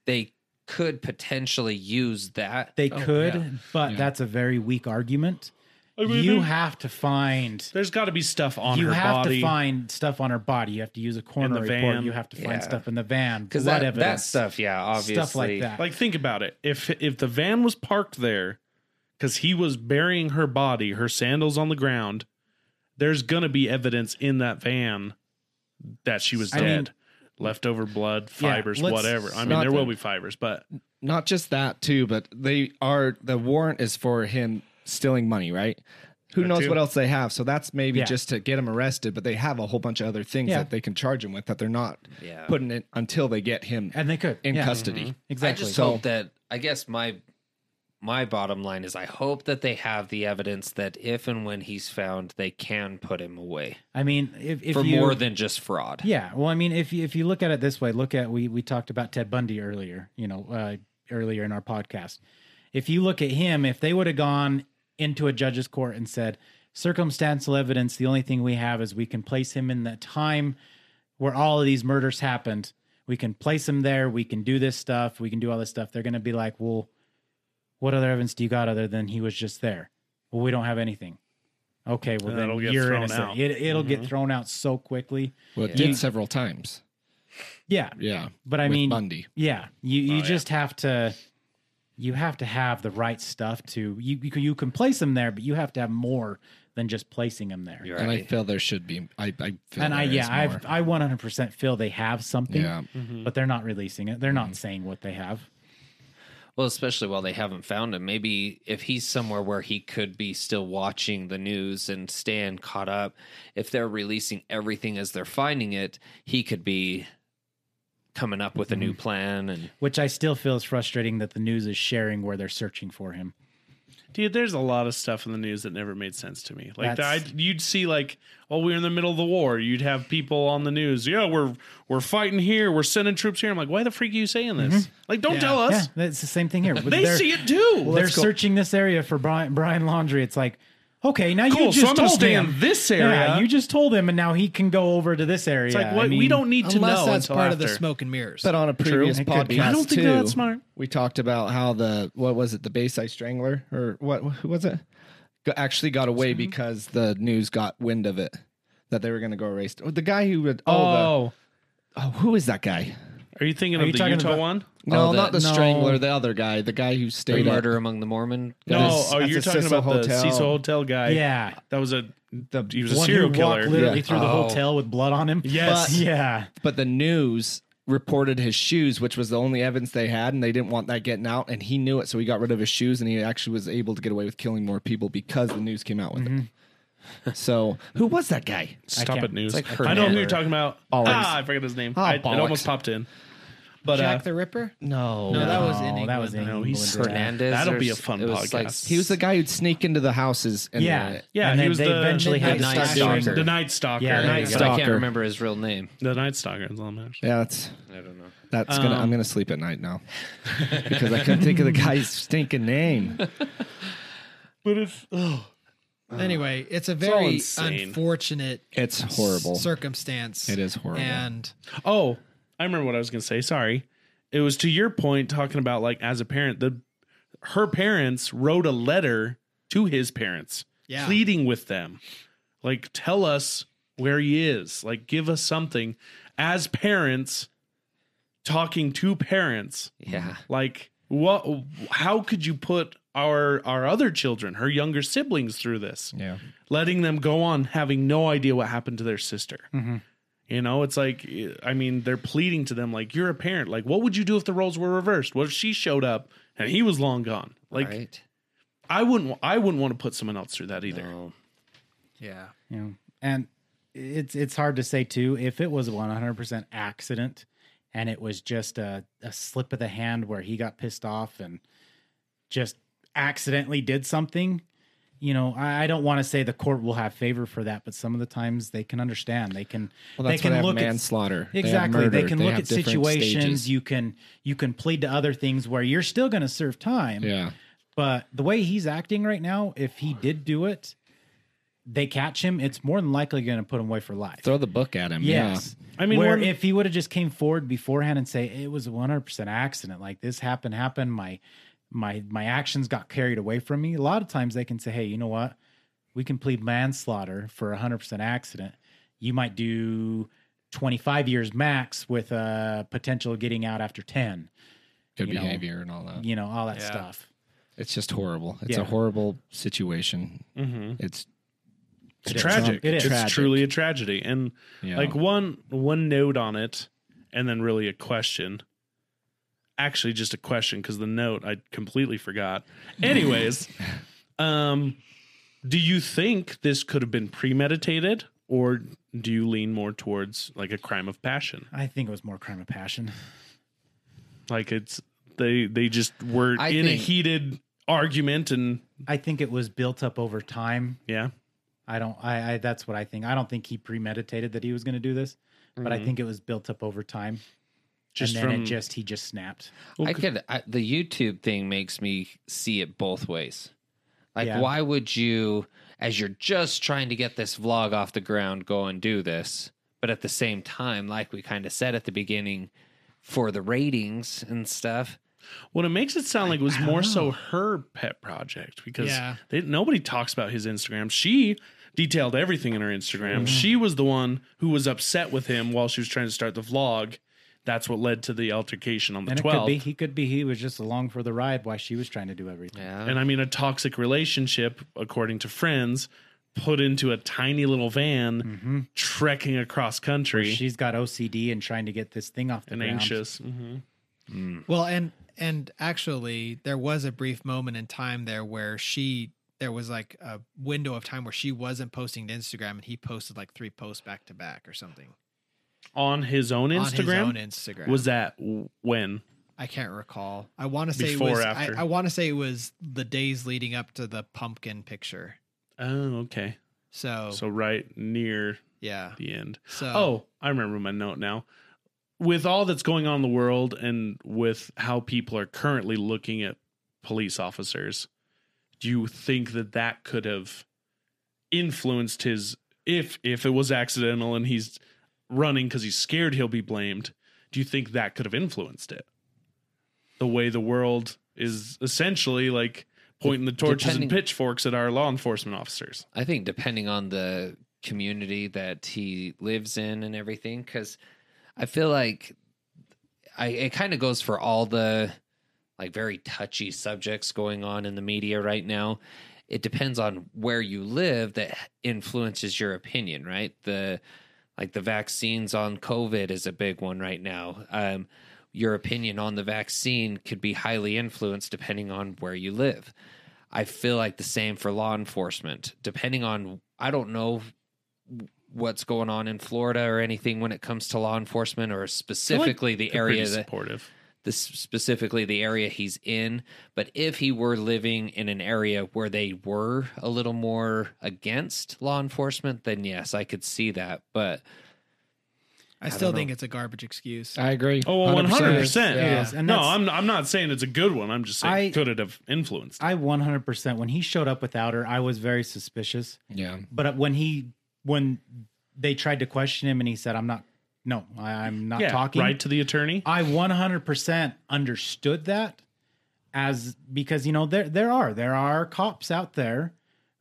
they could potentially use that. They could, but Oh, Yeah. that's a very weak argument. I mean, you there- have to find There's got to be stuff on you her have body. to find stuff on her body. You have to use a coroner the report. van. You have to find Yeah. stuff in the van, because blood that, evidence, that stuff, yeah, obviously, stuff like that. like think about it. If if the van was parked there cuz he was burying her body, her sandals on the ground, there's going to be evidence in that van that she was I mean- dead. Leftover blood, fibers, let's- whatever. I mean, not there will that- be fibers, but Not just that too, but they are the warrant is for him stealing money, right? Who That knows too. what else they have? So that's maybe Yeah. just to get him arrested, but they have a whole bunch of other things Yeah. that they can charge him with that they're not Yeah. putting it until they get him and they could in yeah, custody. Exactly. I just So- hope that I guess my my bottom line is I hope that they have the evidence that if and when he's found, they can put him away I mean, if, if for you, more than just fraud. Yeah, well, I mean, if you, if you look at it this way, look at we we talked about Ted Bundy earlier, you know, uh, earlier in our podcast. If you look at him, if they would have gone into a judge's court and said circumstantial evidence, the only thing we have is we can place him in the time where all of these murders happened. We can place him there. We can do this stuff. We can do all this stuff. They're going to be like, well, what other evidence do you got other than he was just there? Well, we don't have anything. Okay, well And then that'll get you're thrown innocent. out. Mm-hmm. It, it'll get thrown out so quickly. Well, it Yeah. did several times. Yeah, Yeah. but I with mean, Bundy. yeah, you you Oh, yeah. just have to you have to have the right stuff to you you can, you can place them there, but you have to have more than just placing them there. You're And I right. feel there should be. I, I feel and I there yeah, is more. I've, I 100% feel they have something, Yeah. Mm-hmm. Mm-hmm. but they're not releasing it. They're not saying what they have. well, especially while they haven't found him. Maybe if he's somewhere where he could be still watching the news and staying caught up, if they're releasing everything as they're finding it, he could be coming up with a new plan and Which I still feel is frustrating that the news is sharing where they're searching for him. Dude, there's a lot of stuff in the news that never made sense to me. Like That's- I'd, you'd see like, oh, we're in the middle of the war. You'd have people on the news. Yeah, we're we're fighting here. We're sending troops here. I'm like, why the freak are you saying this? Like, don't tell Yeah, us. that's the same thing here. They see it too. they're searching this area for Brian, Brian Laundry. It's like, okay, now you Cool. just So I'm gonna told stay him. in this area. Yeah, you just told him, and now he can go over to this area. it's like I what we mean, don't need to Unless know that's until part after. of the smoke and mirrors. But on a previous It could be. podcast, I don't think too, they're that smart. We talked about how the what was it, the Bayside Strangler or what who was it? Go- Actually, got away because the news got wind of it that they were going to go erase oh, the guy who would. Oh, the, oh, who is that guy? are you thinking Are of you the talking Utah about- one? No, Oh, the- not the no. Strangler, the other guy, the guy who stayed. at Murder Among the Mormon. No, That's- oh, that's you're a talking Cecil about the Hotel. Cecil Hotel guy. Yeah, that was a The- he was a One who serial walked killer. literally Yeah. through the Oh. hotel with blood on him. Yes. yeah. but the news reported his shoes, which was the only evidence they had, and they didn't want that getting out, and he knew it, so he got rid of his shoes, and he actually was able to get away with killing more people because the news came out with it. So, who was that guy? Stop can't- it, news. it's like I know who Herman. you're talking about. Bollocks. Ah, I forget his name. Ah, I, it bollocks. almost popped in. But uh, Jack the Ripper? No, No, that was in Oh, England. that was in No, he's England. Hernandez. That'll or be a s- fun it was Like, podcast. he was the guy who'd sneak into the houses. And uh, Yeah, Yeah, And he then was they the eventually had Midnight to stop Stalker. doing- the Night Stalker. Yeah, There you Night go. I can't Stalker. remember his real name. The Night Stalker is on there. yeah, that's I don't know. that's gonna. Um, I'm gonna sleep at night now because I couldn't think of the guy's stinking name. But it's oh, Anyway, it's a all very insane. unfortunate It's horrible. circumstance. It is horrible. And oh, I remember what I was gonna say. Sorry, it was to your point talking about like as a parent, the her parents wrote a letter to his parents, Yeah. pleading with them, like tell us where he is, like give us something. As parents, talking to parents, Yeah. like what? How could you put our our other children, her younger siblings, through this? yeah, letting them go on having no idea what happened to their sister. Mhm. You know, it's like, I mean, they're pleading to them, like, you're a parent. Like, what would you do if the roles were reversed? What if she showed up and he was long gone? Like, right? I wouldn't, I wouldn't want to put someone else through that either. No. yeah. You know, and it's it's hard to say too if it was a 100% accident and it was just a, a slip of the hand where he got pissed off and just accidentally did something. You know, I, I don't want to say the court will have favor for that, but some of the times they can understand. They can well, they that's can what I have look at manslaughter. They have exactly they murder. can look have at different situations stages. you can you can plead to other things where you're still going to serve time yeah, but the way he's acting right now if he did do it they catch him it's more than likely going to put him away for life throw the book at him. yes I mean, where one- if he would have just came forward beforehand and say it was a 100% accident like this happened happened my my my actions got carried away from me a lot of times they can say hey you know what we can plead manslaughter for a 100% accident you might do 25 years max with a potential getting out after 10 Yeah, good you know, behavior and all that. you know all that Yeah. stuff It's just horrible. It's Yeah. Mm-hmm. a horrible situation. Mhm. It's It's It is. tragic. It is. It's Tragic. truly a tragedy. And yeah. like one one note on it, and then really a question. Actually, just a question because the note I completely forgot. Anyways, um, do you think this could have been premeditated, or do you lean more towards like a crime of passion? i think it was more crime of passion Like it's they they just were I in a think- heated argument, and i think it was built up over time yeah, I don't. I, I that's what I think. I don't think he premeditated that he was going to do this, but I Mhm. think it was built up over time. just and then from it just he just snapped. I could. I, the YouTube thing makes me see it both ways. Like, Yeah. why would you, as you're just trying to get this vlog off the ground, go and do this? But at the same time, like we kind of said at the beginning, for the ratings and stuff, Well, it makes it sound like it was more so her pet project because Yeah. they, nobody talks about his Instagram. She detailed everything in her Instagram. She was the one who was upset with him while she was trying to start the vlog. That's what led to the altercation on the And it could be 12th. he could be he was just along for the ride while she was trying to do everything. yeah, And I mean, a toxic relationship, according to friends, put into a tiny little van Mhm. trekking across country She's got OCD and trying to get this thing off the and ground. anxious. hmm Well, and and actually, there was a brief moment in time there where she there was like a window of time where she wasn't posting to Instagram, and he posted like three posts back to back or something On his own on his Instagram? own Instagram. was that w- when? I can't recall. I want to say Before it was. or after? I, I want to say it was the days leading up to the pumpkin picture. Oh, okay. So, So, right near yeah. the end. Uh, So Oh, I remember my note now. With all that's going on in the world and with how people are currently looking at police officers, do you think that that could have influenced his if if it was accidental and he's running because he's scared he'll be blamed do you think that could have influenced it the way the world is essentially like pointing the torches Depending- and pitchforks at our law enforcement officers I think depending on the community that he lives in and everything, because I feel like I it kind of goes for all the like very touchy subjects going on in the media right now. It depends on where you live that influences your opinion, right? The like the vaccines on COVID is a big one right now. Um, your opinion on the vaccine could be highly influenced depending on where you live. I feel like the same for law enforcement. Depending on, I don't know what's going on in Florida or anything when it comes to law enforcement or specifically the They're area pretty that supportive the, specifically the area he's in. But if he were living in an area where they were a little more against law enforcement, then yes, I could see that. But I still think it's a garbage excuse. I agree. oh well, 100% It is. Yeah. And no that's- I'm, I'm not saying it's a good one i'm just saying I- could it have influenced I 100% when he showed up without her, I was very suspicious. Yeah. But when he when they tried to question him and he said I'm not no, I, I'm not yeah talking. right to the attorney I 100% understood that as because you know there there are there are cops out there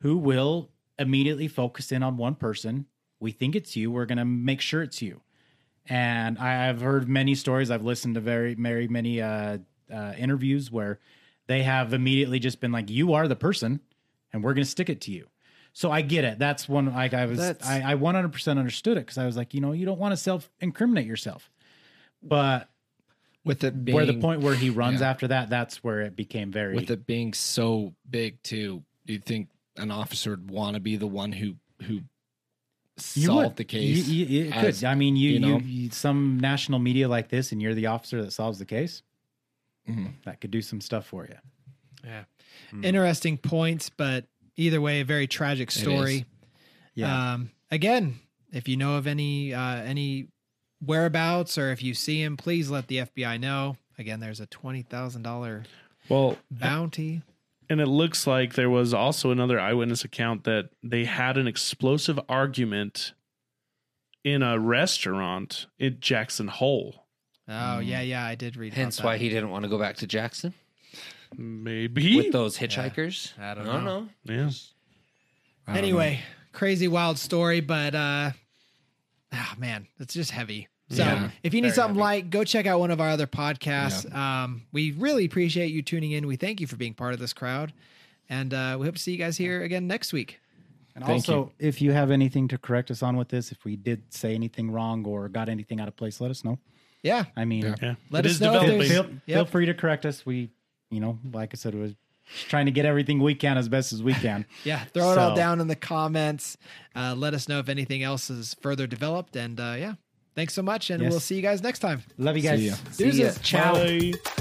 who will immediately focus in on one person. We think it's you. We're going to make sure it's you. And I, I've heard many stories. I've listened to very very many uh, uh, interviews where they have immediately just been like, "You are the person, and we're going to stick it to you." So I get it. That's one like I was That's- I I 100% understood it because I was like, you know, you don't want to self incriminate yourself. But With it being where the point where he runs yeah. after that, that's where it became very. with it being so big too, do you think an officer would want to be the one who who you solved would. the case? You, you- it as- could. I mean, you, you you, know? you- some national media like this, and you're the officer that solves the case. Mhm. That could do some stuff for you. Yeah. Mm. Interesting points, but either way, a very tragic story. Yeah, Um, again, if you know of any uh, any whereabouts or if you see him, please let the FBI know. Again, there's a twenty thousand dollar well Uh, bounty. And it looks like there was also another eyewitness account that they had an explosive argument in a restaurant in Jackson Hole. Oh yeah, yeah, I did read. about mm. hence that. why he didn't want to go back to Jackson Maybe. with those hitchhikers. I don't know. yeah. I don't anyway, crazy wild story, but uh oh man, it's just heavy. So Yeah. if you need something light, go check out one of our other podcasts. Um, we really appreciate you tuning in. We thank you for being part of this crowd. And uh, we hope to see you guys here again next week. and thank also if you have anything to correct us on with this, if we did say anything wrong or got anything out of place, let us know. Yeah. I mean, Yeah. Yeah. Let It us is know feel, if developing. there's- feel, Yep. feel free to correct us. We, you know, like I said, we're trying to get everything we can as best as we can. Yeah. Throw it all So- down in the comments. Uh, let us know if anything else is further developed. And uh, yeah, thanks so much. And Yes. we'll see you guys next time. Love you See guys. ya. Deuces. Ciao. Bye.